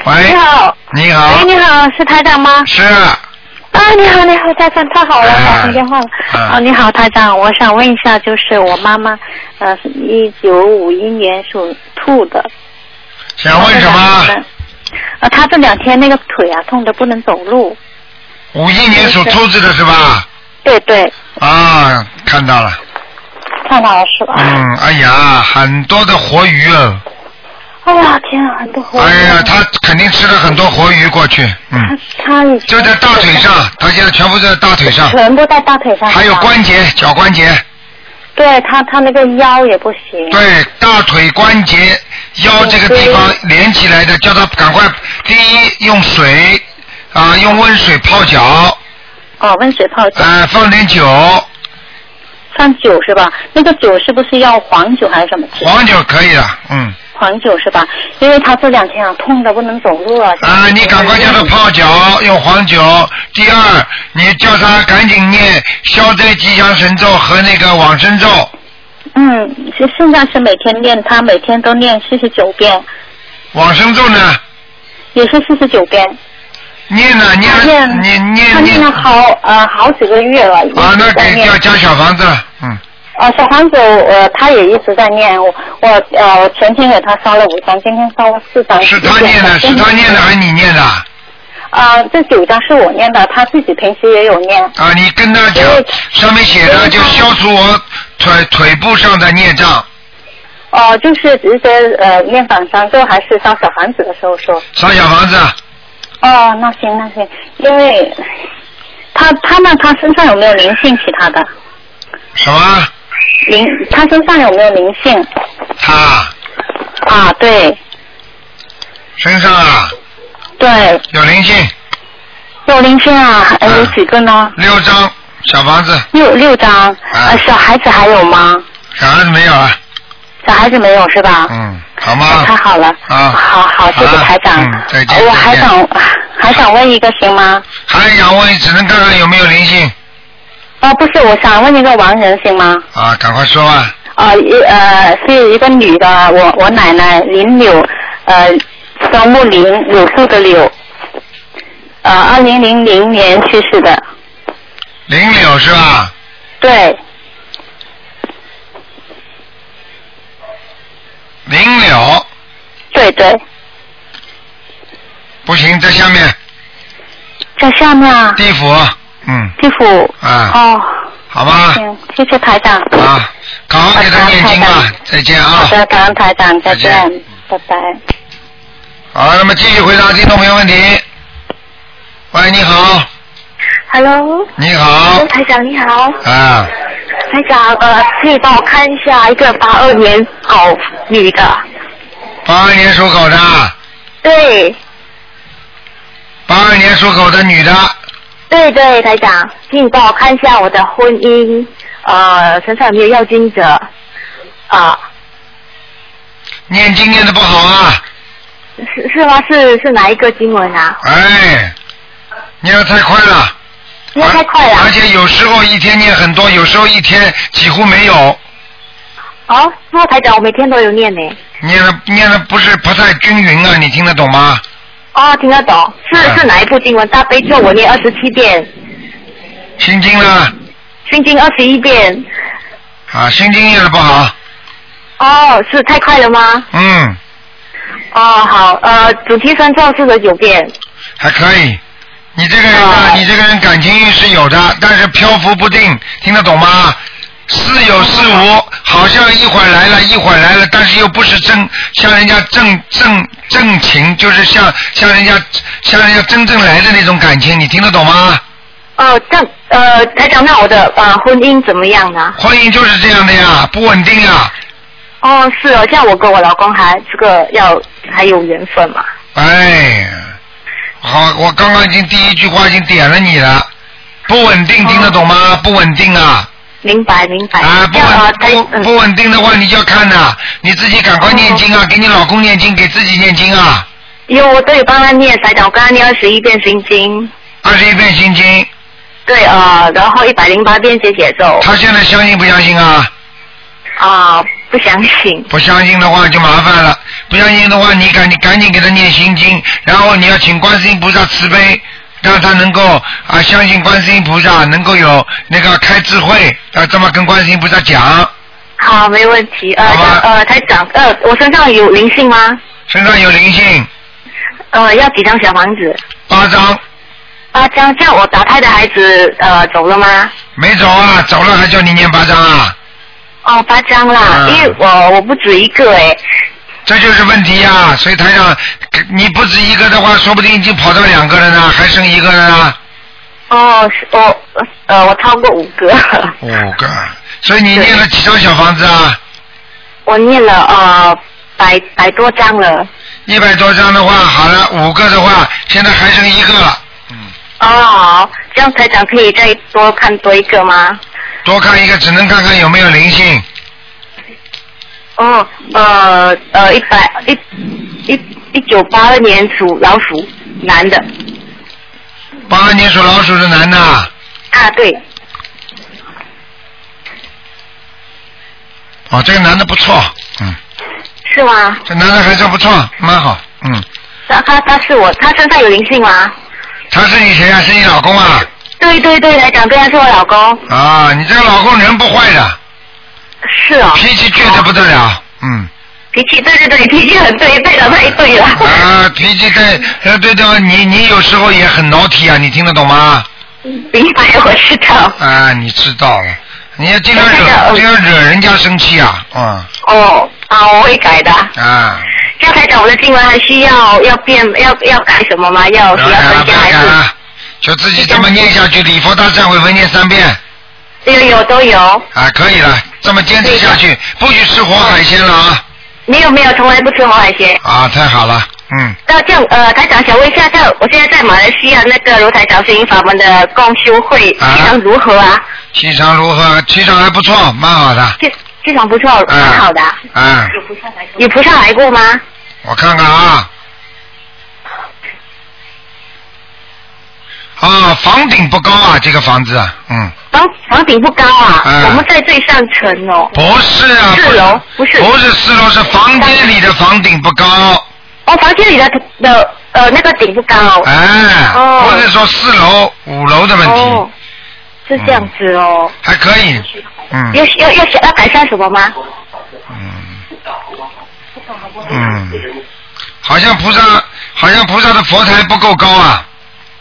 [SPEAKER 1] 喂，
[SPEAKER 6] 你，好，
[SPEAKER 1] 哎你好
[SPEAKER 6] 喂，，你好，是台长吗？
[SPEAKER 1] 是，
[SPEAKER 6] 啊，你好，你好，台长，太好了，
[SPEAKER 1] 哎
[SPEAKER 6] 打通电话了。
[SPEAKER 1] 嗯
[SPEAKER 6] 啊，
[SPEAKER 9] 哦
[SPEAKER 6] 你好，台长，我想问一下，就是我妈妈，呃，一九五一年属兔的。
[SPEAKER 1] 想问什么？
[SPEAKER 6] 呃，她这两天那个腿啊痛的不能走路。
[SPEAKER 1] 五一年属兔子的是吧？
[SPEAKER 6] 对对，
[SPEAKER 1] 啊，看到了。
[SPEAKER 6] 看到了是吧？
[SPEAKER 1] 嗯，哎呀，很多的活鱼啊！
[SPEAKER 6] 哎呀，天啊，很多活。
[SPEAKER 1] 哎呀，他肯定吃了很多活鱼过去，
[SPEAKER 6] 她
[SPEAKER 1] 嗯，
[SPEAKER 6] 她已经
[SPEAKER 1] 就在大腿上，他现在全部在大腿上，
[SPEAKER 6] 全部在大腿上。
[SPEAKER 1] 还有。关节、脚关节，
[SPEAKER 6] 对她，她那个腰也不行。
[SPEAKER 1] 对，大腿关节、腰这个地方连起来的，叫他赶快，第一用水啊，用温水泡脚，啊、
[SPEAKER 6] 哦，温水泡脚，
[SPEAKER 1] 放点酒，
[SPEAKER 6] 上酒是吧？那个酒是不是要黄酒还是什么？
[SPEAKER 1] 黄酒可以了，嗯，
[SPEAKER 6] 黄酒是吧？因为他这两天啊痛的不能走路啊。
[SPEAKER 1] 啊，你赶快叫他泡脚，用黄酒。第二，你叫他赶紧念消灾吉祥神咒和那个往生咒。
[SPEAKER 6] 嗯，现现在是每天练，他每天都练四十九遍，
[SPEAKER 1] 往生咒呢，
[SPEAKER 6] 也是四十九遍。
[SPEAKER 1] 念呢
[SPEAKER 6] 他
[SPEAKER 1] 啊念
[SPEAKER 6] 念
[SPEAKER 1] 念
[SPEAKER 6] 他
[SPEAKER 1] 念
[SPEAKER 6] 练了
[SPEAKER 1] 念。
[SPEAKER 6] 好呃好几个月了，一
[SPEAKER 1] 啊，那
[SPEAKER 6] 直在
[SPEAKER 1] 给
[SPEAKER 6] 念
[SPEAKER 1] 要。加小房子了，嗯，
[SPEAKER 6] 呃，小黄酒呃他也一直在念，我我呃我前天给他烧了五张，今天烧了四张。
[SPEAKER 1] 是他念的，是他念的还是你念的？
[SPEAKER 6] 啊、这九张是我念的，他自己平时也有念。
[SPEAKER 1] 啊，你跟他讲
[SPEAKER 6] 因为，
[SPEAKER 1] 上面写的就消除我腿腿部上的孽障，
[SPEAKER 9] 哦，就是直接呃念反三咒，还是上小房子的时候说？
[SPEAKER 1] 上小房子，
[SPEAKER 9] 哦，那行那行，因为他他那他身上有没有灵性？其他的
[SPEAKER 1] 什么？
[SPEAKER 9] 灵，他身上有没有灵性？
[SPEAKER 1] 他
[SPEAKER 9] 啊，对
[SPEAKER 1] 身上啊
[SPEAKER 9] 对，
[SPEAKER 1] 有灵性，
[SPEAKER 9] 有灵性啊，还有几个呢？
[SPEAKER 1] 六张小房子，
[SPEAKER 9] 六六
[SPEAKER 1] 啊
[SPEAKER 9] 张，呃，小孩子还有吗？
[SPEAKER 1] 小孩子没有啊了，
[SPEAKER 9] 小孩子没有是吧？
[SPEAKER 1] 嗯，好吗？
[SPEAKER 9] 太好了，
[SPEAKER 1] 啊，
[SPEAKER 9] 好好，谢谢
[SPEAKER 1] 啊
[SPEAKER 9] 台长。哎
[SPEAKER 1] 嗯再见
[SPEAKER 9] 我还
[SPEAKER 1] 再见
[SPEAKER 9] 想还想问一个行吗？
[SPEAKER 1] 还想问，只能看看有没有灵性
[SPEAKER 9] 哦，不是，我想问一个亡人行吗？
[SPEAKER 1] 啊，赶快说吧，
[SPEAKER 6] 哦
[SPEAKER 9] 啊，一呃是一个女的，我我奶奶林柳，呃，双木林柳树的柳，呃，二零零零年去世的，
[SPEAKER 1] 灵柳是吧？
[SPEAKER 9] 对，
[SPEAKER 1] 灵柳
[SPEAKER 9] 对对，
[SPEAKER 1] 不行，在下面
[SPEAKER 9] 在下面啊，
[SPEAKER 1] 地府，嗯
[SPEAKER 9] 地府，
[SPEAKER 1] 啊，
[SPEAKER 9] 哦，
[SPEAKER 1] 好吧，
[SPEAKER 9] 行，谢谢台长，
[SPEAKER 1] 啊，好好给他念经吧，再见啊。
[SPEAKER 9] 好的，感恩台长，再见
[SPEAKER 1] 再，
[SPEAKER 9] 拜拜。
[SPEAKER 1] 好，那么继续回答听众朋友问题。喂，你好，
[SPEAKER 2] Hello，哎
[SPEAKER 1] 你好，
[SPEAKER 2] 台长你好，
[SPEAKER 1] 啊，
[SPEAKER 2] 台长，呃，可以帮我看一下一个八二年狗女的，
[SPEAKER 1] 八二年属狗的，
[SPEAKER 2] 对，
[SPEAKER 1] 八二年属狗的女的，
[SPEAKER 2] 对对，台长，请你帮我看一下我的婚姻，呃，身上有没有要经者，啊、
[SPEAKER 1] 念经念的不好啊，
[SPEAKER 2] 是是吗？是是哪一个经文啊？
[SPEAKER 1] 哎，念的太快了，
[SPEAKER 2] 因为太快了，
[SPEAKER 1] 而且有时候一天念很多，有时候一天几乎没有，
[SPEAKER 2] 哦，那台长我每天都有念呢，
[SPEAKER 1] 念的念的不是不太均匀啊，你听得懂吗？
[SPEAKER 2] 哦，听得懂，是
[SPEAKER 1] 嗯
[SPEAKER 2] 是哪一部经文？大悲咒我念二十七遍，
[SPEAKER 1] 心经呢？
[SPEAKER 2] 心经二十一遍，
[SPEAKER 1] 啊，心经念的不好，
[SPEAKER 2] 哦，是太快了吗？
[SPEAKER 1] 嗯，
[SPEAKER 2] 哦，好，呃，主题三咒四十九遍。
[SPEAKER 1] 还可以。你这个人啊，你这个人感情运是有的，但是漂浮不定，听得懂吗？似有似无，好像一会儿来了，一会儿来了，但是又不是正像人家正正正情，就是像像人家像人家真正来的那种感情，你听得懂吗？
[SPEAKER 2] 哦，这样呃，台长，那我的呃婚姻怎么样呢？
[SPEAKER 1] 婚姻就是这样的呀，不稳定呀。
[SPEAKER 2] 哦，是哦，这样我跟我老公还这个要还有缘分嘛？
[SPEAKER 1] 哎，好，我刚刚已经第一句话已经点了你了，不稳定，听得懂吗？不稳定啊。
[SPEAKER 2] 哦明白明白。
[SPEAKER 1] 啊，
[SPEAKER 2] 这
[SPEAKER 1] 不
[SPEAKER 2] 样呃
[SPEAKER 1] 稳
[SPEAKER 2] 台
[SPEAKER 1] 不不稳定的话，你就要看呐、你自己赶快念经
[SPEAKER 2] 哦
[SPEAKER 1] 啊，给你老公念经，给自己念经啊，
[SPEAKER 2] 因为我都有帮他念，台长，我刚刚念二十一遍心经，
[SPEAKER 1] 二十一遍心经。
[SPEAKER 2] 对呃，然后一百零八遍解解咒
[SPEAKER 1] 他现在相信不相信啊？
[SPEAKER 2] 啊、不相信。
[SPEAKER 1] 不相信的话就麻烦了，不相信的话你赶紧赶紧给他念心经，然后你要请观世音菩萨慈悲，让他能够啊相信观世音菩萨，能够有那个开智慧，要这么跟观世音菩萨讲，
[SPEAKER 2] 好，没问题。呃
[SPEAKER 1] 好吧啊
[SPEAKER 2] 呃，台长，呃，我身上有灵性吗？
[SPEAKER 1] 身上有灵性，
[SPEAKER 2] 呃，要几张小房子？
[SPEAKER 1] 八张
[SPEAKER 2] 啊，这样这样，我打胎的孩子呃走了吗？
[SPEAKER 1] 没走啊，走了还叫你念八张啊，
[SPEAKER 2] 哦，八张啦，
[SPEAKER 1] 嗯
[SPEAKER 2] 因为我我不止一个哎，
[SPEAKER 1] 这就是问题呀、所以台长，你不止一个的话，说不定已经跑到两个了呢，还剩一个了呢。
[SPEAKER 2] 哦，是我呃我超过五个，
[SPEAKER 1] 五个，所以你念了几张小房子啊？
[SPEAKER 2] 我念了呃百百多张了，
[SPEAKER 1] 一百多张的话，好了，五个的话，现在还剩一个了，
[SPEAKER 2] 哦好，这样台长可以再多看多一个吗？
[SPEAKER 1] 多看一个，只能看看有没有灵性。
[SPEAKER 2] 哦，呃呃一百一一一九八二年属老鼠男的
[SPEAKER 1] 八二年属老鼠的男的，
[SPEAKER 2] 啊对，
[SPEAKER 1] 哦，这个男的不错，嗯，
[SPEAKER 2] 是吗？
[SPEAKER 1] 这男的还算不错，蛮好，嗯，
[SPEAKER 2] 他他他是我，他身上有灵性吗？
[SPEAKER 1] 他是你谁啊？是你老公啊？
[SPEAKER 2] 对对对，台长，对他是我老公，
[SPEAKER 1] 啊，你这个老公人不坏的，
[SPEAKER 2] 是哦，
[SPEAKER 1] 脾气倔得不得了，嗯。
[SPEAKER 2] 脾气对对对，脾气很对，对的太对了。
[SPEAKER 1] 啊，脾气对，呃，对的，你你有时候也很naughty 啊，你听得懂吗？
[SPEAKER 2] 明白，我知道。
[SPEAKER 1] 啊，你知道了，你要经常
[SPEAKER 2] 哎呀
[SPEAKER 1] 惹，
[SPEAKER 2] 哦我
[SPEAKER 1] 经常惹人家生气啊，啊、
[SPEAKER 2] 哦，啊，我会改的。
[SPEAKER 1] 啊，
[SPEAKER 2] 那台长，我的经文还需要要变要要改什么吗？要需要增加还是？
[SPEAKER 1] 就自己这么念下去，礼佛大忏悔文念三遍
[SPEAKER 2] 这个有都有，
[SPEAKER 1] 啊，可以了，这么坚持下去，不许吃活海鲜了啊！
[SPEAKER 2] 没有没有，从来不吃红海鲜。
[SPEAKER 1] 啊，太好了，嗯，
[SPEAKER 2] 那这样，呃，台长想问一下，在我现在在马来西亚那个如台长声音法门的共修会，
[SPEAKER 1] 啊
[SPEAKER 2] 非常如何啊？
[SPEAKER 1] 气场如何？气场还不错，蛮好的，
[SPEAKER 2] 这这场不错，蛮好的啊。
[SPEAKER 1] 啊，
[SPEAKER 2] 有菩萨来过吗？
[SPEAKER 1] 我看看啊，啊，房顶不高啊，这个房子，嗯，
[SPEAKER 2] 房房顶不高啊，
[SPEAKER 1] 啊
[SPEAKER 2] 我们在最上层哦。
[SPEAKER 1] 不是啊，
[SPEAKER 2] 四楼不是
[SPEAKER 1] 不是四楼，是房间里的房顶不高，啊
[SPEAKER 2] 哦，房间里的的呃那个顶不高。
[SPEAKER 1] 哎，
[SPEAKER 2] 哦
[SPEAKER 1] 不是说四楼、五楼的问题，
[SPEAKER 2] 哦，是这样子哦。
[SPEAKER 1] 还可以，嗯
[SPEAKER 2] 要要要想要改善什么吗？
[SPEAKER 1] 嗯，好像菩萨，好像菩萨的佛台不够高啊，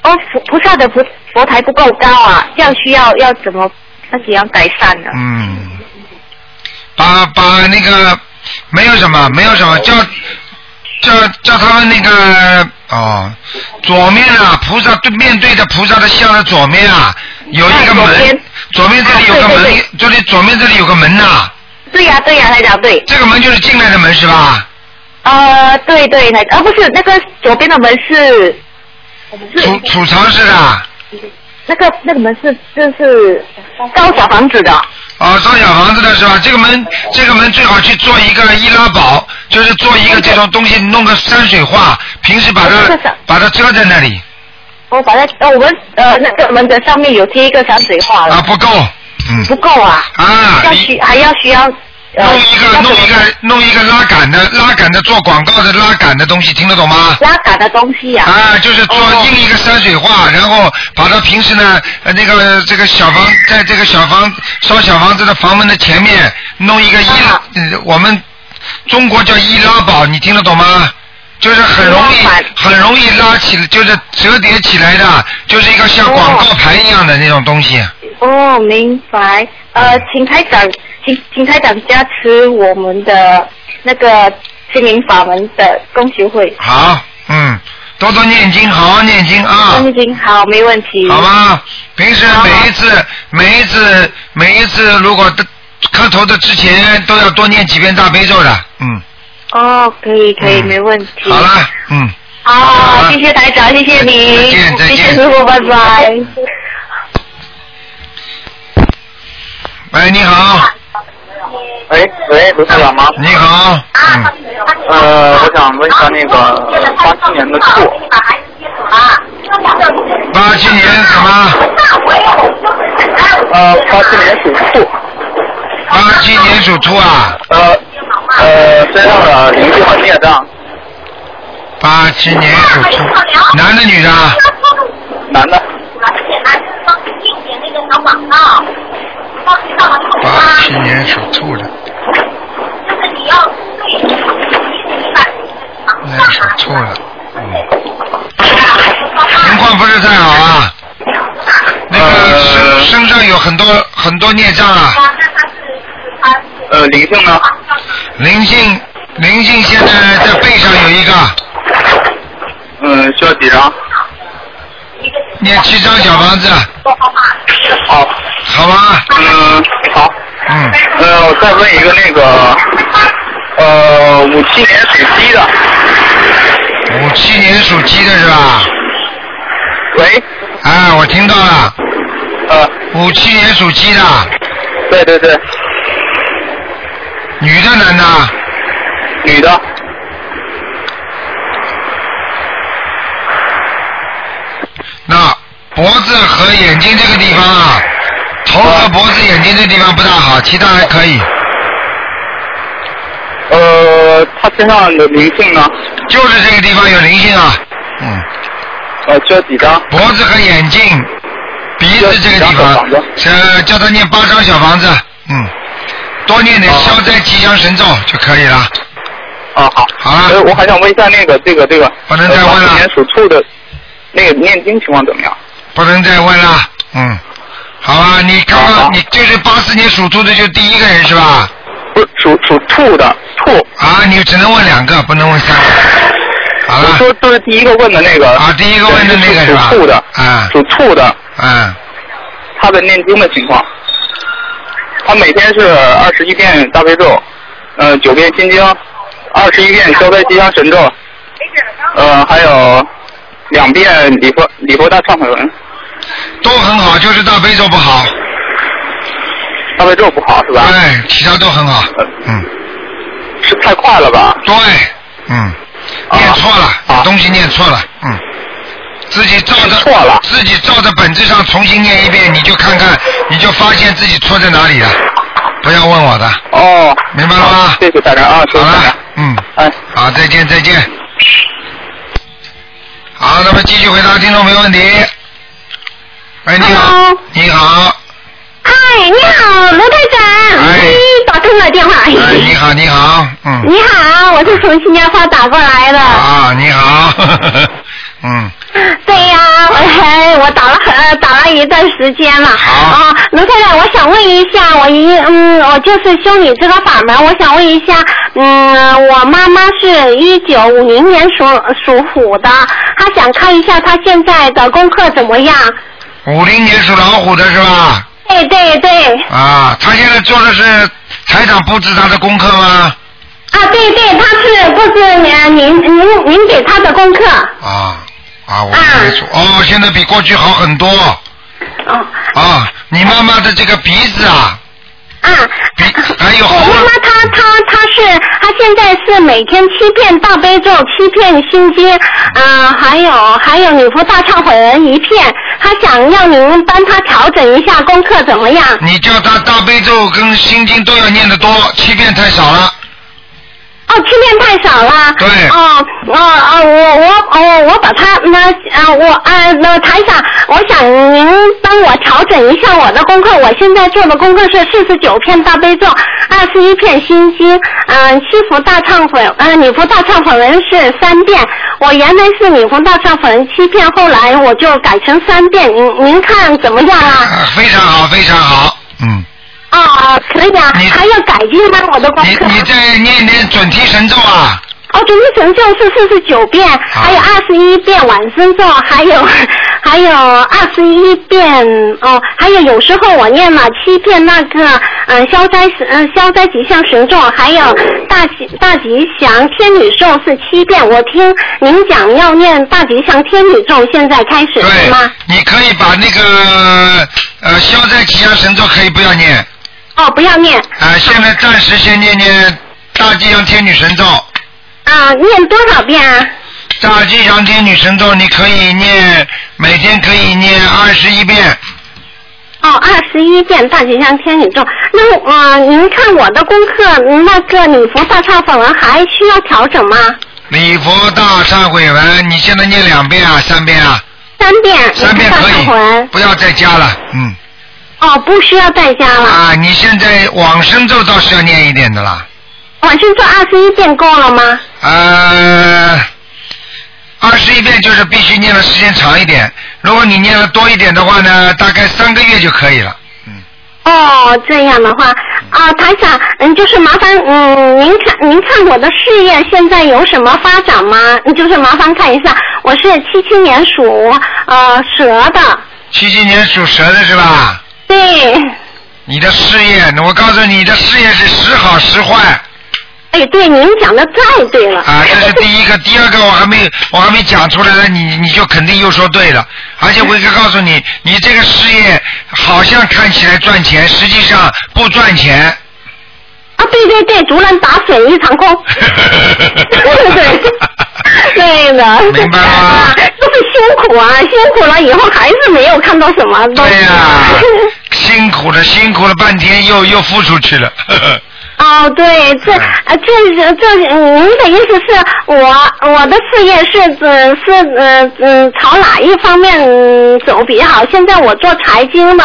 [SPEAKER 2] 哦，菩菩萨的菩佛台不够高啊，这样需要要怎么要怎样改善呢？
[SPEAKER 1] 嗯，把把那个没有什么，没有什么，叫叫叫他们那个哦，左面啊，菩萨对面对着菩萨的像的左面啊，有一个门，左面这里
[SPEAKER 2] 啊
[SPEAKER 1] 有个门，这里左面这里有个门呐、
[SPEAKER 2] 对呀、对呀、台长对。
[SPEAKER 1] 这个门就是进来的门是吧？
[SPEAKER 2] 呃，对对，台呃不是那个左边的门是
[SPEAKER 1] 储储藏室啊，
[SPEAKER 2] 那个那个门是就是高小房子的。
[SPEAKER 1] 哦，造小房子的是吧？这个门，这个门最好去做一个易拉宝，就是做一个这种东西，弄个山水画，平时把
[SPEAKER 2] 我这
[SPEAKER 1] 它
[SPEAKER 2] 个想
[SPEAKER 1] 把它遮在那里
[SPEAKER 2] 我把它呃我们呃那个门的上面有贴一个山水画了。
[SPEAKER 1] 啊，不够，嗯，
[SPEAKER 2] 不够啊。
[SPEAKER 1] 啊
[SPEAKER 2] 要
[SPEAKER 1] 你
[SPEAKER 2] 需还要需要。呃
[SPEAKER 1] 弄一个弄一个弄一个拉杆的拉杆的做广告的拉杆的东西，听得懂吗？
[SPEAKER 2] 拉杆的东西哦呀、
[SPEAKER 1] 啊，就是做印一个山水画，然后把它平时呢，呃那个这个小房，在这个小房烧小房子的房门的前面弄一个易拉、
[SPEAKER 2] 啊
[SPEAKER 1] 呃我们中国叫易拉宝，你听得懂吗？就是很容易很容易拉起，就是折叠起来的，就是一个像广告牌一样的那种东西。
[SPEAKER 2] 哦，明白。呃，请台长，请请台长加持我们的那个心灵法门的公学会。
[SPEAKER 1] 好，嗯，多多念经，好好念经啊。
[SPEAKER 2] 念经好，没问题。
[SPEAKER 1] 好吗？平时每一次、每一次、每一次，如果的磕头的之前都要多念几遍大悲咒的，嗯，
[SPEAKER 2] 哦，可以可以，没问题。
[SPEAKER 1] 好了，嗯，
[SPEAKER 2] 好，谢谢台长，谢谢你，
[SPEAKER 1] 再见再见
[SPEAKER 2] 谢谢师傅，拜拜。
[SPEAKER 1] 喂，你好，
[SPEAKER 10] 喂喂，卢台长吗？嗯
[SPEAKER 1] 你好，
[SPEAKER 10] 呃，我想问一下那个八七年的兔，
[SPEAKER 1] 八七年什么？
[SPEAKER 10] 呃，八七年属兔，
[SPEAKER 1] 八七年属兔啊，
[SPEAKER 10] 呃呃，身上的啊灵性和孽障，
[SPEAKER 1] 八七年属兔，男的女的啊？
[SPEAKER 10] 男的，
[SPEAKER 2] 啊
[SPEAKER 1] 八七年属兔的，那属兔的，嗯，情况不是太好啊，那个身身上有很多很多孽障啊，
[SPEAKER 10] 呃，灵性呢？
[SPEAKER 1] 灵性灵性现在在背上有一个，
[SPEAKER 10] 嗯，需要几张？
[SPEAKER 1] 念七张小房子，
[SPEAKER 10] 好，
[SPEAKER 1] 好吧？
[SPEAKER 10] 嗯，好，
[SPEAKER 1] 嗯，
[SPEAKER 10] 呃，我再问一个那个，呃，五七年属鸡的，
[SPEAKER 1] 五七年属鸡的是吧？
[SPEAKER 10] 喂，
[SPEAKER 1] 啊，我听到了，
[SPEAKER 10] 呃，
[SPEAKER 1] 五七年属鸡的，
[SPEAKER 10] 对对对，
[SPEAKER 1] 女的男的？
[SPEAKER 10] 女的，
[SPEAKER 1] 那脖子和眼睛这个地方啊，头
[SPEAKER 10] 啊
[SPEAKER 1] 和脖子、眼睛这地方不大好，其他还可以，
[SPEAKER 10] 呃，她身上有灵性呢，
[SPEAKER 1] 就是这个地方有灵性啊。嗯，
[SPEAKER 5] 啊
[SPEAKER 10] 呃，需要几张？
[SPEAKER 1] 脖子和眼睛、鼻子这个地方，呃，叫他念八张小房子，嗯，多念点消灾吉祥神咒就可以了。
[SPEAKER 11] 哦
[SPEAKER 10] 啊好。
[SPEAKER 1] 好了
[SPEAKER 10] 呃，我还想问一下那个这个这个，
[SPEAKER 1] 不能再问了
[SPEAKER 10] 呃八七年属兔的，那个念经情况怎么样？
[SPEAKER 1] 不能再问了，嗯，好吧，你刚刚你就是八四年属兔的，就第一个人是吧？
[SPEAKER 11] 不属属兔的兔。
[SPEAKER 1] 啊，你只能问两个，不能问三个。好了。
[SPEAKER 11] 我说都是第一个问的那个。
[SPEAKER 1] 啊，第一个问的那个是吧
[SPEAKER 11] 属兔的，
[SPEAKER 1] 啊
[SPEAKER 11] 属兔的，
[SPEAKER 1] 啊，
[SPEAKER 11] 他的念经的情况。他每天是二十一遍大悲咒，呃，九遍心经，二十一遍消灾吉祥神咒，呃，还有两遍礼佛礼佛大忏悔文。
[SPEAKER 1] 都很好，就是大悲咒不好。
[SPEAKER 11] 大悲咒不好是吧？呃
[SPEAKER 1] 对，其他都很好。嗯。
[SPEAKER 11] 是太快了吧？
[SPEAKER 1] 对，嗯，
[SPEAKER 11] 啊
[SPEAKER 1] 念错了，有东西念错了，嗯，自己照着错了，自己照着本质上重新念一遍，你就看看，你就发现自己错在哪里了。不要问我的。
[SPEAKER 11] 哦，
[SPEAKER 1] 明白了吗？
[SPEAKER 11] 谢谢大家啊，
[SPEAKER 1] 好了，嗯，
[SPEAKER 11] 哎，
[SPEAKER 1] 好，再见，再见。好，那么继续回答听众朋友问题。喂，你好，你好，
[SPEAKER 9] 嗨，你
[SPEAKER 2] 哦
[SPEAKER 9] 好，罗台长，哎，打通了电话。
[SPEAKER 1] 哎，你好，你好，嗯，
[SPEAKER 9] 你好，我是从新加坡打过来的。
[SPEAKER 1] 啊，你好， 嗯，
[SPEAKER 9] 对呀、我还我打了很呃打了一段时间了。啊，卢太太，我想问一下，我一嗯，我就是修你这个法门，我想问一下，嗯，我妈妈是一九五零年属属虎的，她想看一下她现在的功课怎么样。
[SPEAKER 1] 五零年属老虎的是吧？
[SPEAKER 9] 对对对，
[SPEAKER 1] 啊，他现在做的是台长布置他的功课吗？
[SPEAKER 9] 啊对对，她是布置您您您您给她的功课。
[SPEAKER 1] 啊啊，我没错，哦，现在比过去好很多。啊，你妈妈的这个鼻子啊，还有
[SPEAKER 9] 我妈妈她她她是她现在是每天七片大悲咒，七片心经，嗯、还有还有女仆大忏悔文一片。她想让您帮她调整一下功课怎么样？
[SPEAKER 1] 你叫他大悲咒跟心经都要念得多，欺骗太少了。
[SPEAKER 9] 哦，欺骗太少了。
[SPEAKER 1] 对。
[SPEAKER 9] 哦哦哦，我我哦，我把它那啊，我啊那台长，我想您帮我调整一下我的功课。我现在做的功课是四十九片大悲咒，二十一片心经，嗯、七福大忏悔，嗯、女仆大忏悔文是三遍。我原来是女仆大忏悔文七遍，后来我就改成三遍。您您看怎么样 啊？
[SPEAKER 1] 啊非常好，非常好。
[SPEAKER 9] 哦，哦可以啊，还要改进吗？我的功课。
[SPEAKER 1] 你你再念念准提神咒啊。
[SPEAKER 9] 哦，准提神咒是四十九遍，还有二十一遍往生咒， 还有还有二十一遍哦，还有有时候我念了七遍那个嗯、呃消灾嗯、消灾吉祥神咒，还有大吉大吉祥天女咒是七遍。我听您讲要念大吉祥天女咒，现在开始是吗？
[SPEAKER 1] 你可以把那个呃消灾吉祥神咒可以不要念，
[SPEAKER 9] 哦，不要念
[SPEAKER 1] 啊、现在暂时先念念大吉祥天女神咒。
[SPEAKER 9] 啊，念多少遍啊？
[SPEAKER 1] 大吉祥天女神咒你可以念，每天可以念二十一遍。
[SPEAKER 9] 哦，二十一遍大吉祥天女咒。那呃，您看我的功课，嗯那个礼佛大忏悔文还需要调整吗？
[SPEAKER 1] 礼佛大忏悔文，你现在念两遍啊，三遍啊，
[SPEAKER 9] 三遍。
[SPEAKER 1] 三遍
[SPEAKER 9] 礼
[SPEAKER 1] 可
[SPEAKER 9] 佛大忏悔
[SPEAKER 1] 以
[SPEAKER 9] 文，
[SPEAKER 1] 不要再加了，嗯。
[SPEAKER 9] 哦，不需要再加了。
[SPEAKER 1] 啊，你现在往生咒倒是要念一点的啦，
[SPEAKER 9] 晚上做二十一遍够了吗？
[SPEAKER 1] 呃，二十一遍就是必须念的时间长一点，如果你念的多一点的话呢，大概三个月就可以了。
[SPEAKER 9] 哦，这样的话，啊，台长，嗯，就是麻烦，嗯，您看，您看我的事业现在有什么发展吗？嗯就是麻烦看一下，我是七七年属呃蛇的，
[SPEAKER 1] 七七年属蛇的是吧？
[SPEAKER 9] 对，
[SPEAKER 1] 你的事业，我告诉你，你的事业是时好时坏
[SPEAKER 9] 哎，对，您讲的太对了，
[SPEAKER 1] 啊，这是第一个。第二个我还没我还没讲出来呢，你你就肯定又说对了。而且我可以告诉你，你这个事业好像看起来赚钱，实际上不赚钱。
[SPEAKER 9] 啊，对对对，竹篮打水一场 空，对对对的，
[SPEAKER 1] 明 白
[SPEAKER 9] 吗？就是辛苦啊，辛苦了以后还是没有看到什么东西。
[SPEAKER 1] 啊，辛苦了，辛苦了半天又，又付出去了。 呵呵
[SPEAKER 9] 哦，对，这啊，这是这是您的意思是我我的事业是呃是呃嗯朝哪一方面嗯走比较好？现在我做财经嘛，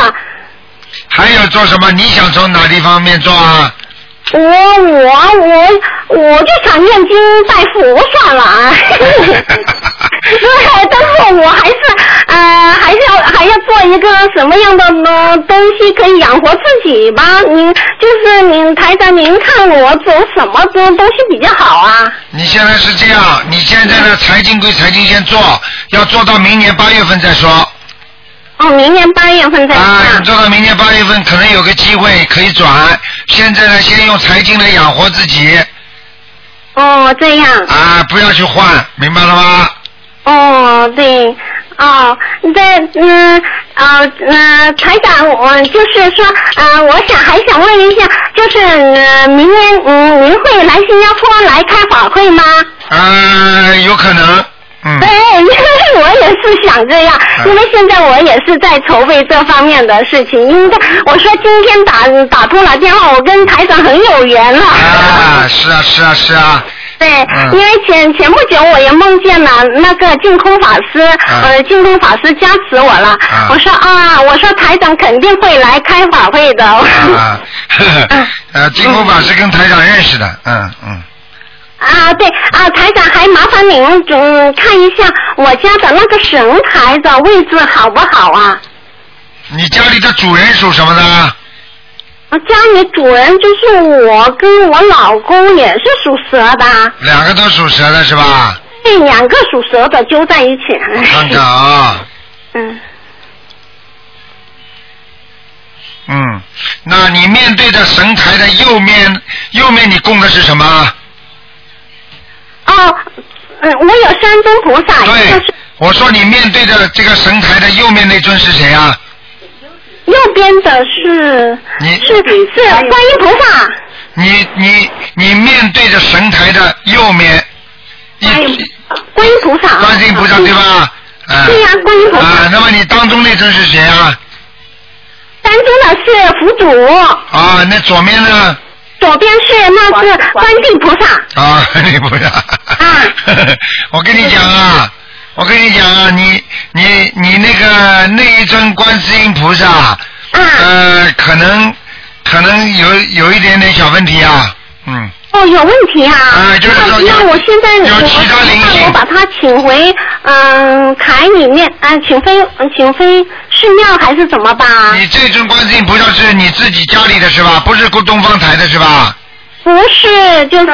[SPEAKER 1] 还有做什么？你想从哪地方面做啊？
[SPEAKER 9] 我我我我就想念经拜佛算了啊，对，但是我还是啊呃，还是要还要做一个什么样的呃东西可以养活自己吧？您就是您台长，您看我做什么东东西比较好啊？
[SPEAKER 1] 你现在是这样，你现在的财经归财经先做，要做到明年八月份再说。
[SPEAKER 9] 哦，明年八月份再
[SPEAKER 1] 啊，你做到明年八月份可能有个机会可以转。现在呢，先用财经来养活自己。
[SPEAKER 9] 哦，这样。
[SPEAKER 1] 啊，不要去换，明白了吗？
[SPEAKER 9] 哦，对，哦，对，嗯，呃，呃，台长，我就是说，呃，我想还想问一下，就是呃，明年嗯，您会来新加坡来开法会吗？
[SPEAKER 1] 呃，有可能。嗯。
[SPEAKER 9] 对，因为我也是想这样，因为现在我也是在筹备这方面的事情。应该我说今天打打通了电话，我跟台长很有缘了。
[SPEAKER 1] 啊，是啊，是啊，是啊。
[SPEAKER 9] 对，因为前前不久我也梦见了那个净空法师，呃，净空法师加持我了。我说啊，我说台长肯定会来开法会的。
[SPEAKER 1] 啊， 呵呵呃，金箍法是跟台长认识的，嗯嗯。
[SPEAKER 9] 啊，对啊，台长还麻烦您嗯看一下我家的那个神台的位置好不好啊？
[SPEAKER 1] 你家里的主人属什么呢？
[SPEAKER 9] 我家里主人就是我跟我老公也是属蛇的，
[SPEAKER 1] 两个都属蛇的是吧？
[SPEAKER 9] 这两个属蛇的揪在一起。
[SPEAKER 1] 看看啊，
[SPEAKER 9] 嗯，
[SPEAKER 1] 嗯，那你面对着神台的右面，右面你供的是什么？
[SPEAKER 9] 哦，嗯，我有三尊菩萨，一个是
[SPEAKER 1] 我说你面对着这个神台的右面那尊是谁啊？
[SPEAKER 9] 右边的是
[SPEAKER 1] 你
[SPEAKER 9] 是是观音菩萨，
[SPEAKER 1] 你你你面对着神台的右面，一
[SPEAKER 9] 观音菩萨，嗯
[SPEAKER 1] 观世音菩萨对吧？啊
[SPEAKER 9] 对呀观音菩萨
[SPEAKER 1] 啊，那么你当中那尊是谁啊？
[SPEAKER 9] 当中的是佛祖，
[SPEAKER 1] 啊，那左面呢？
[SPEAKER 9] 左边是那是观世菩萨。
[SPEAKER 1] 啊， 你不要。啊我跟你讲啊，我跟你讲啊，你你你那个那一尊观世音菩萨，
[SPEAKER 9] 嗯
[SPEAKER 1] 呃，可能可能有有一点点小问题啊，嗯，
[SPEAKER 9] 哦，有问题啊！
[SPEAKER 1] 啊就是说
[SPEAKER 9] 那那我现在
[SPEAKER 1] 有
[SPEAKER 9] 我
[SPEAKER 1] 其他灵性
[SPEAKER 9] 那我把它请回嗯台里面啊，请飞请飞寺庙还是怎么办啊？
[SPEAKER 1] 你这尊观世音菩萨是你自己家里的是吧？不是东方台的是吧？
[SPEAKER 9] 不是，就是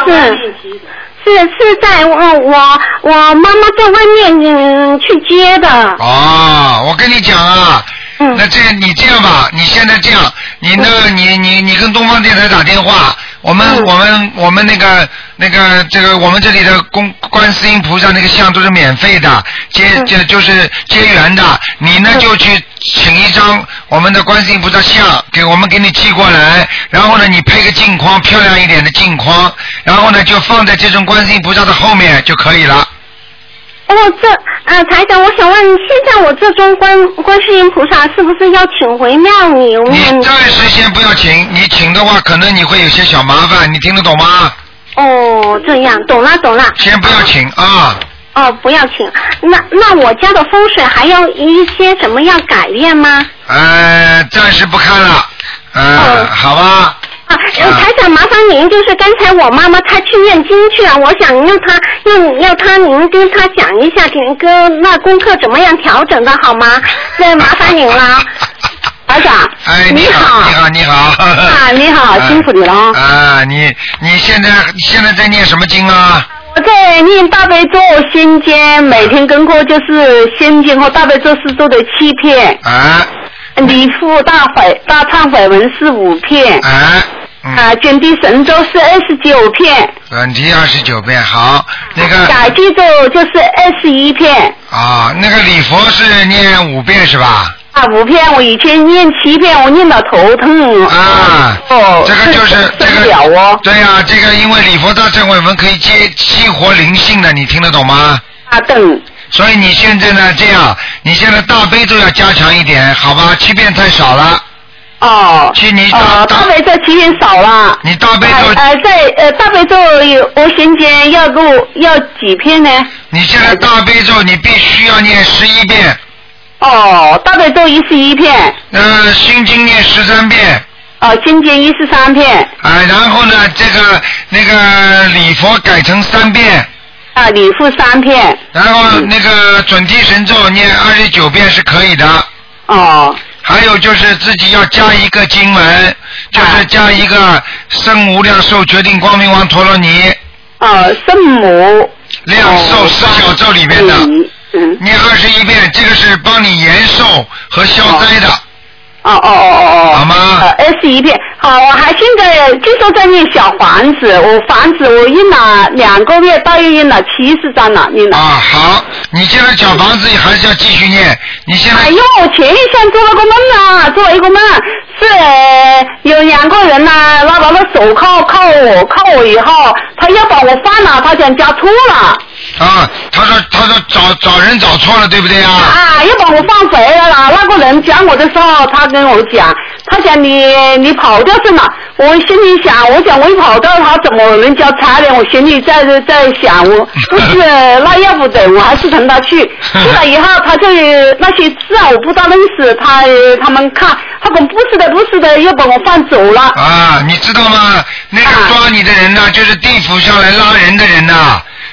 [SPEAKER 9] 是是在嗯我我我妈妈在外面嗯去接的。
[SPEAKER 1] 哦，我跟你讲啊，那这样你这样吧，你现在这样，你那你你你跟东方电台打电话，我们、我们我们那个那个这个我们这里的观观世音菩萨那个像都是免费的，接就就是结缘的，你呢就去请一张我们的观世音菩萨像给我们给你寄过来，然后呢你配个镜框漂亮一点的镜框，然后呢就放在这种观世音菩萨的后面就可以了。
[SPEAKER 9] 哦，这呃，台长，我想问，现在我这尊观观世音菩萨是不是要请回庙里面？
[SPEAKER 1] 暂时先不要请，你请的话，可能你会有些小麻烦，你听得懂吗？
[SPEAKER 9] 哦，这样，懂了懂了。
[SPEAKER 1] 先不要请啊，
[SPEAKER 9] 哦，不要请。那那我家的风水还要一些什么要改变吗？
[SPEAKER 1] 呃，暂时不看了，呃，
[SPEAKER 12] 哦
[SPEAKER 1] 好吧，
[SPEAKER 9] 啊，呃台长，麻烦您，就是刚才我妈妈她去念经去了，我想让她让要她您跟她讲一下，田哥那功课怎么样调整的好吗？那麻烦您了，台长。
[SPEAKER 1] 哎，你好，你好，你好，啊
[SPEAKER 12] 你 好辛苦你了啊
[SPEAKER 1] 啊，你你现在你现在在念什么经啊？
[SPEAKER 12] 我在念大悲咒心经，啊每天跟过就是心经和大悲咒四周的七片，
[SPEAKER 1] 啊
[SPEAKER 12] 礼佛大悔大忏悔文是五片，
[SPEAKER 1] 啊
[SPEAKER 12] 啊卷地神咒是二十九片，
[SPEAKER 1] 准呃提二十九遍，好，那个
[SPEAKER 12] 假记咒就是二十一片，
[SPEAKER 1] 啊，那个礼佛是念五遍是吧？
[SPEAKER 12] 啊五片，我以前念七片，我念到头疼，
[SPEAKER 1] 啊，
[SPEAKER 12] 哦，
[SPEAKER 1] 这个就是这个
[SPEAKER 12] 了哦，
[SPEAKER 1] 对呀、这个因为礼佛大忏悔文可以接激活灵性的，你听得懂吗？
[SPEAKER 12] 啊，懂。
[SPEAKER 1] 所以你现在呢，这样，你现在大悲咒要加强一点，好吧？七遍太少了。
[SPEAKER 12] 哦，
[SPEAKER 1] 去你
[SPEAKER 12] 啊大悲咒七遍少了，
[SPEAKER 1] 你大悲
[SPEAKER 12] 咒呃在呃大悲咒有我心经要给我要几片呢？
[SPEAKER 1] 你现在大悲咒你必须要念十一遍，
[SPEAKER 12] 哦，大悲咒一十一片。
[SPEAKER 1] 呃，心经念十三遍。哎
[SPEAKER 12] 哦，心经一十三片。
[SPEAKER 1] 啊，然后呢，这个那个礼佛改成三遍，
[SPEAKER 2] 啊，礼服三片。
[SPEAKER 1] 然后那个准提神咒念二十九遍是可以的。
[SPEAKER 2] 哦。
[SPEAKER 1] 还有就是自己要加一个经文，就是加一个圣无量寿决定光明王陀罗尼。
[SPEAKER 12] 啊
[SPEAKER 2] 哦，圣母。
[SPEAKER 1] 量寿十小咒里面的。念二十一遍，这个是帮你延寿和消灾的。
[SPEAKER 2] 哦哦哦哦哦。好吗？呃，
[SPEAKER 9] 哎
[SPEAKER 2] 二十一遍。好，我还现在就说在念小房子，我房子我印了两个月，大约印了七十张了，印了。
[SPEAKER 1] 啊，好，你现在小房子还是要继续念，你现在
[SPEAKER 2] 哎呦，我前一天做了个梦啊，做了一个梦，是呃有两个人呐、拿把那手铐铐我，铐我以后，他要把我放了，他想加错了，
[SPEAKER 1] 啊，他说他说找找人找错了，对不对啊？
[SPEAKER 2] 啊，要把我放回来了。那个人讲我的时候，他跟我讲，他讲你你跑掉是吗？我心里想，我讲我一跑掉，他怎么人家差点？我心里在在想，我不是那要不得，我还是跟他去。 去了以后，他就那些字啊，我不大认识，他他们看，他讲不是的，不是的，要把我放走了。
[SPEAKER 1] 啊，你知道吗？那
[SPEAKER 2] 啊
[SPEAKER 1] 个抓你的人呐、就是地府上来拉人的人呐、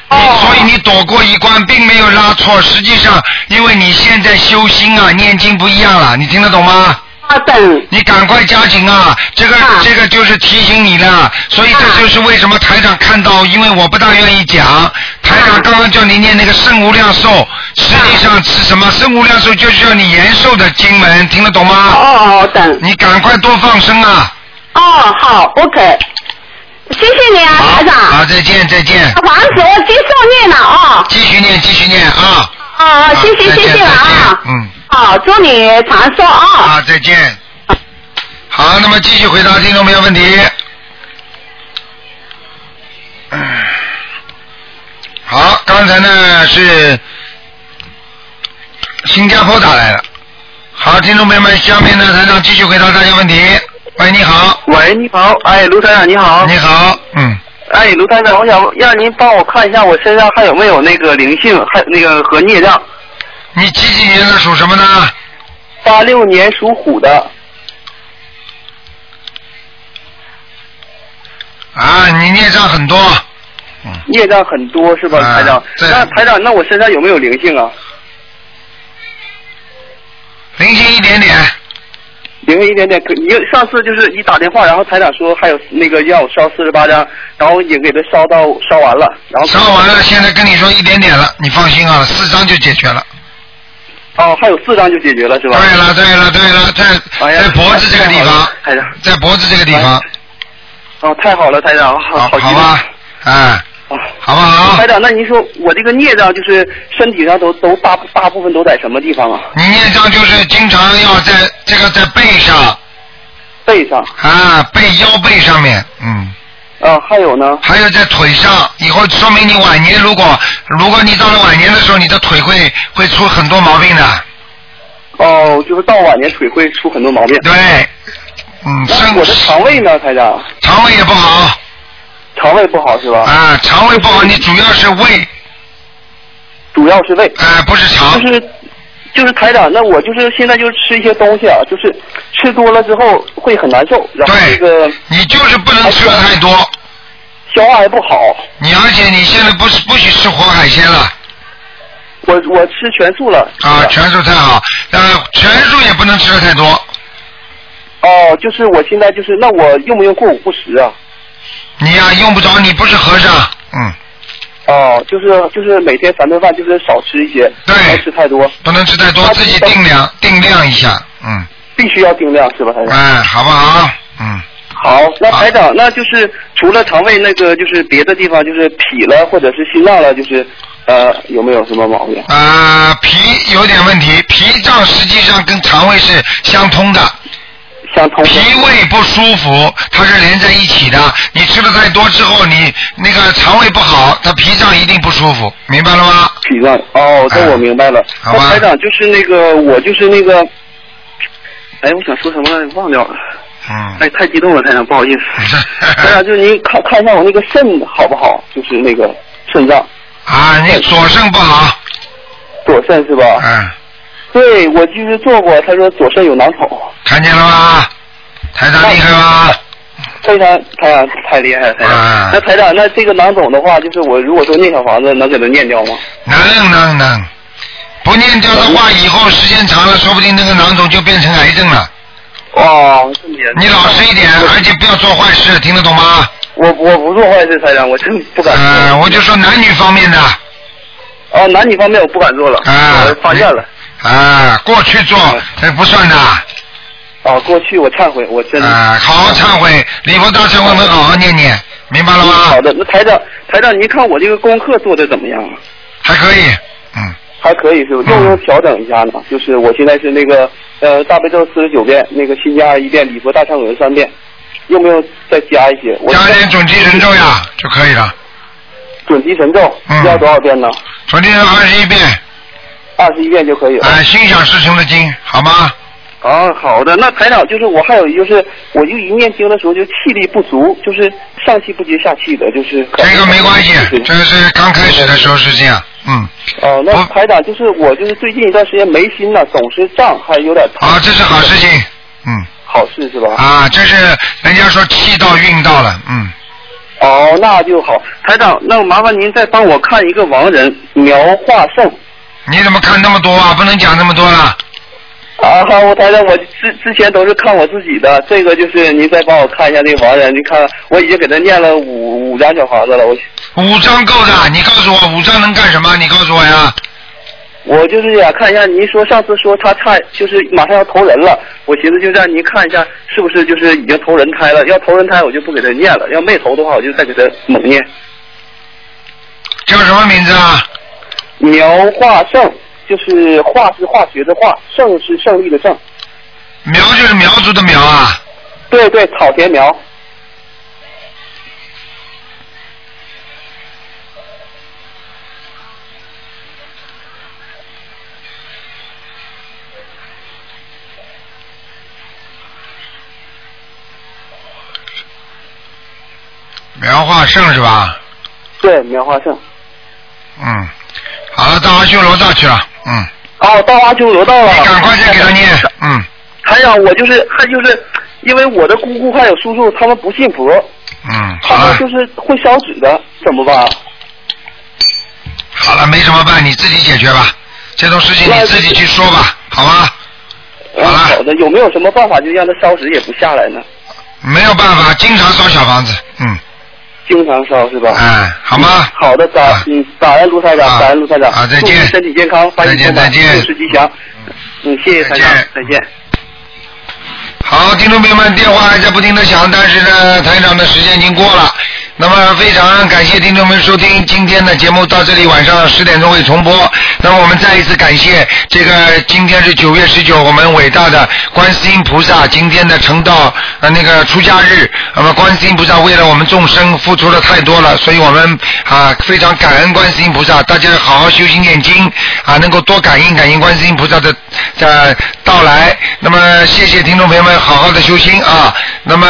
[SPEAKER 2] 哦
[SPEAKER 1] 你所以你躲过一关，并没有拉错。实际上，因为你现在修心啊，念经不一样了，你听得懂吗？
[SPEAKER 2] 啊，懂。
[SPEAKER 1] 你赶快加紧啊！这个、这个就是提醒你了，所以
[SPEAKER 2] 啊
[SPEAKER 1] 这就是为什么台长看到，因为我不大愿意讲。台长刚刚叫你念那个圣无量寿，实际上是什么？圣无量寿就是要你延寿的经文，听得懂吗？
[SPEAKER 2] 哦哦，懂。
[SPEAKER 1] 你赶快多放生啊！
[SPEAKER 2] 哦，好，OK，谢谢你啊，台长。
[SPEAKER 1] 好，再见，再见。
[SPEAKER 2] 房子我接受念了啊。
[SPEAKER 1] 继续念，继续念啊！
[SPEAKER 2] 啊啊，谢谢谢谢了啊。
[SPEAKER 1] 嗯。
[SPEAKER 2] 好，祝你长寿啊。
[SPEAKER 1] 啊，再见。好，那么继续回答听众朋友问题。嗯好，刚才呢是新加坡打来的。好，听众朋友们，下面呢，台长继续回答大家问题。喂，你好。
[SPEAKER 10] 喂，你好，哎，卢台长你好。
[SPEAKER 1] 你好，嗯。
[SPEAKER 10] 哎，卢台长，我想让您帮我看一下我身上还有没有那个灵性，还那个和孽障。
[SPEAKER 1] 你几几年的属什么呢？
[SPEAKER 10] 八六年属虎的。
[SPEAKER 1] 啊，你孽障很多。嗯啊
[SPEAKER 10] 孽障很多是吧，台长？那台长，那我身上有没有灵性啊？
[SPEAKER 1] 灵性一点点。
[SPEAKER 10] 灵性一点点，可你上次就是你打电话，然后台长说还有那个要我烧四十八张，然后也给他烧到烧完了，然后
[SPEAKER 1] 烧完了，现在跟你说一点点了，你放心啊，四张就解决了。
[SPEAKER 10] 哦，还有四张就解决了是吧？哎
[SPEAKER 1] 对了，对了，对了，在在脖子这个地方，在脖子这个地方，
[SPEAKER 10] 哦，太好了，台长，好好好吧，
[SPEAKER 1] 啊，好不好？
[SPEAKER 10] 台长，那您说我这个孽障就是身体上都都大大部分都在什么地方啊？
[SPEAKER 1] 你孽障就是经常要在这个在背上。
[SPEAKER 10] 背上。
[SPEAKER 1] 啊，背腰背上面，嗯。
[SPEAKER 10] 啊，还有呢？
[SPEAKER 1] 还有在腿上，以后说明你晚年如果如果你到了晚年的时候，你的腿会会出很多毛病的。啊
[SPEAKER 10] 哦，就是到晚年腿会出很多毛病。
[SPEAKER 1] 对，嗯，
[SPEAKER 10] 我的肠胃呢，台长？
[SPEAKER 1] 肠胃也不好。
[SPEAKER 10] 肠胃不好是吧？
[SPEAKER 1] 啊，肠胃不好，你主要是胃。
[SPEAKER 10] 主要是胃。
[SPEAKER 1] 哎，不是肠。
[SPEAKER 10] 就是就是台长，那我就是现在就吃一些东西啊，就是吃多了之后会很难受，然后那个
[SPEAKER 1] 你就是不能吃的太多。
[SPEAKER 10] 消化还不好。
[SPEAKER 1] 你而且你现在不是不许吃活海鲜了
[SPEAKER 10] 我我吃全素了。
[SPEAKER 1] 啊，全素太好，呃，全素也不能吃的太多。
[SPEAKER 10] 哦，就是我现在就是那我用不用过午不食啊？
[SPEAKER 1] 你呀、用不着，你不是和尚，嗯，
[SPEAKER 10] 哦，就是就是每天三顿饭，就是少吃一些，不能吃太多，
[SPEAKER 1] 不能吃太多，自己定量定量一下，嗯，
[SPEAKER 10] 必须要定量是吧，台长？
[SPEAKER 1] 哎，好不好？嗯
[SPEAKER 10] 好，那台长，那就是除了肠胃那个，就是别的地方，就是脾了或者是心脏了，就是呃有没有什么毛病？
[SPEAKER 1] 啊，脾有点问题，脾脏实际上跟肠胃是相通的。
[SPEAKER 10] 相通。
[SPEAKER 1] 脾胃不舒服，它是连在一起的。你吃的太多之后，你那个肠胃不好，它脾脏一定不舒服，明白了吗？
[SPEAKER 10] 脾脏哦，这我明白了。
[SPEAKER 1] 哎好
[SPEAKER 10] 那
[SPEAKER 1] 吧
[SPEAKER 10] 台哦长就是那个我就是那个，哎，我想说什么来着忘掉了。
[SPEAKER 1] 嗯。
[SPEAKER 10] 哎，太激动了，台长，不好 意思。台长，啊就是您看看一下我那个肾好不好？就是那个肾脏。
[SPEAKER 1] 啊，你左肾不好。
[SPEAKER 10] 左肾是吧？
[SPEAKER 1] 嗯。
[SPEAKER 10] 对，我就是做过，他说左肾有囊肿。
[SPEAKER 1] 看见了吗？台长厉害吗？
[SPEAKER 10] 非常台长太厉害了，台长。
[SPEAKER 1] 啊
[SPEAKER 10] 那台长，那这个囊肿的话，就是我如果说念小房子，能给它念掉吗？
[SPEAKER 1] 能能能，不念掉的话，以后时间长了，说不定那个囊肿就变成癌症了。
[SPEAKER 10] 哦，
[SPEAKER 1] 你老实一点，而且不要做坏事，听得懂吗？
[SPEAKER 10] 我我不做坏事，台长，我真不敢。
[SPEAKER 1] 嗯、我就说男女方面的。
[SPEAKER 10] 哦，男女方面我不敢做了，我发现了。
[SPEAKER 1] 啊，过去做这不算的。
[SPEAKER 10] 哦，过去我忏悔，我真的。
[SPEAKER 1] 啊，好好忏悔，礼佛大忏悔文好好念念，明白了吗？
[SPEAKER 10] 嗯好的，那台长，台长，您看我这个功课做的怎么样啊？
[SPEAKER 1] 还可以，嗯。
[SPEAKER 10] 还可以是吧？用不用调整一下呢？就是我现在是那个呃大悲咒四十九遍，那个心经二十一遍，礼佛大忏悔文三遍，用不用再加一些？我
[SPEAKER 1] 加点准提神咒呀就可以了。
[SPEAKER 10] 准提神咒
[SPEAKER 1] 嗯
[SPEAKER 10] 要多少遍呢？
[SPEAKER 1] 准提神咒二十一遍。
[SPEAKER 10] 二十一遍就可以了。
[SPEAKER 1] 哎，心想事成的经，好吗？
[SPEAKER 10] 啊，好的。那台长就是我还有就是，我就一念经的时候就气力不足，就是上气不接下气的，就是。
[SPEAKER 1] 这个没关系，这个是刚开始的时候是这样，嗯。
[SPEAKER 10] 哦，那台长就是我就是最近一段时间没心了，总是胀，还有点疼。
[SPEAKER 1] 啊，这是好事情，嗯。
[SPEAKER 10] 好事是吧？
[SPEAKER 1] 啊，这是人家说气到运到了，嗯。
[SPEAKER 10] 哦，那就好。台长，那麻烦您再帮我看一个亡人苗化胜。
[SPEAKER 1] 你怎么看那么多啊？不能讲那么多了。
[SPEAKER 10] 啊，好，我台长，我之之前都是看我自己的，这个就是您再帮我看一下这个亡人，你看我已经给他念了五五张小房子了，我
[SPEAKER 1] 五张够的，你告诉我五张能干什么？你告诉我呀。
[SPEAKER 10] 我就是想看一下，您说上次说他差就是马上要投人了，我寻思就让您看一下是不是就是已经投人胎了，要投人胎我就不给他念了，要没投的话我就再给他猛念。
[SPEAKER 1] 叫什么名字啊？
[SPEAKER 10] 苗化胜，就是化是化学的化，胜是胜利的胜。
[SPEAKER 1] 苗就是苗族的苗啊。
[SPEAKER 10] 对对，草田苗。
[SPEAKER 1] 苗化胜是吧？
[SPEAKER 10] 对，苗化胜。
[SPEAKER 1] 嗯，好了，到阿修罗道去了，嗯。
[SPEAKER 10] 哦，到阿修罗道了。
[SPEAKER 1] 赶快再给他念，嗯。
[SPEAKER 10] 还有我就是还就是，因为我的姑姑还有叔叔他们不信佛，
[SPEAKER 1] 嗯，
[SPEAKER 10] 他们就是会烧纸的，怎么办？
[SPEAKER 1] 好了，没什么办，你自己解决吧，这种事情你自己去说吧，好吗？
[SPEAKER 10] 嗯，好的，有没有什么办法就让他烧纸也不下来呢？
[SPEAKER 1] 没有办法，经常烧小房子，嗯，
[SPEAKER 10] 经常烧是吧？
[SPEAKER 1] 哎，好吗？
[SPEAKER 10] 好的，感嗯，感恩卢台长，感恩卢台长，
[SPEAKER 1] 啊再见
[SPEAKER 10] 祝您身体健康，发
[SPEAKER 1] 再
[SPEAKER 10] 运
[SPEAKER 1] 见
[SPEAKER 10] 丰满，
[SPEAKER 1] 再见
[SPEAKER 10] 事吉祥。嗯，谢谢台长，再见。
[SPEAKER 1] 好，听众朋友们，电话还在不停的响，但是呢，台长的时间已经过了。那么非常感谢听众们收听今天的节目，到这里晚上十点钟会重播。那么我们再一次感谢这个今天是九月十九，我们伟大的观世音菩萨今天的成道呃那个出家日。那么观世音菩萨为了我们众生付出了太多了，所以我们啊非常感恩观世音菩萨，大家好好修心念经啊，能够多感应感应观世音菩萨的呃到来。那么谢谢听众朋友们好好的修心啊。那么。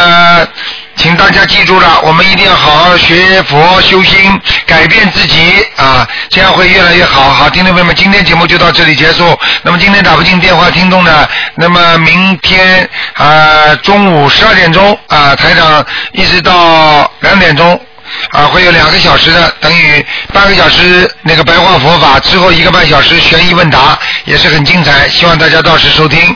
[SPEAKER 1] 请大家记住了，我们一定要好好学佛修心，改变自己啊，这样会越来越好。好，听众朋友们，今天节目就到这里结束。那么今天打不进电话听众呢，那么明天啊、呃中午十二点钟啊、台长一直到两点钟。啊，会有两个小时的，等于半个小时那个白话佛法之后一个半小时悬疑问答，也是很精彩，希望大家到时收听。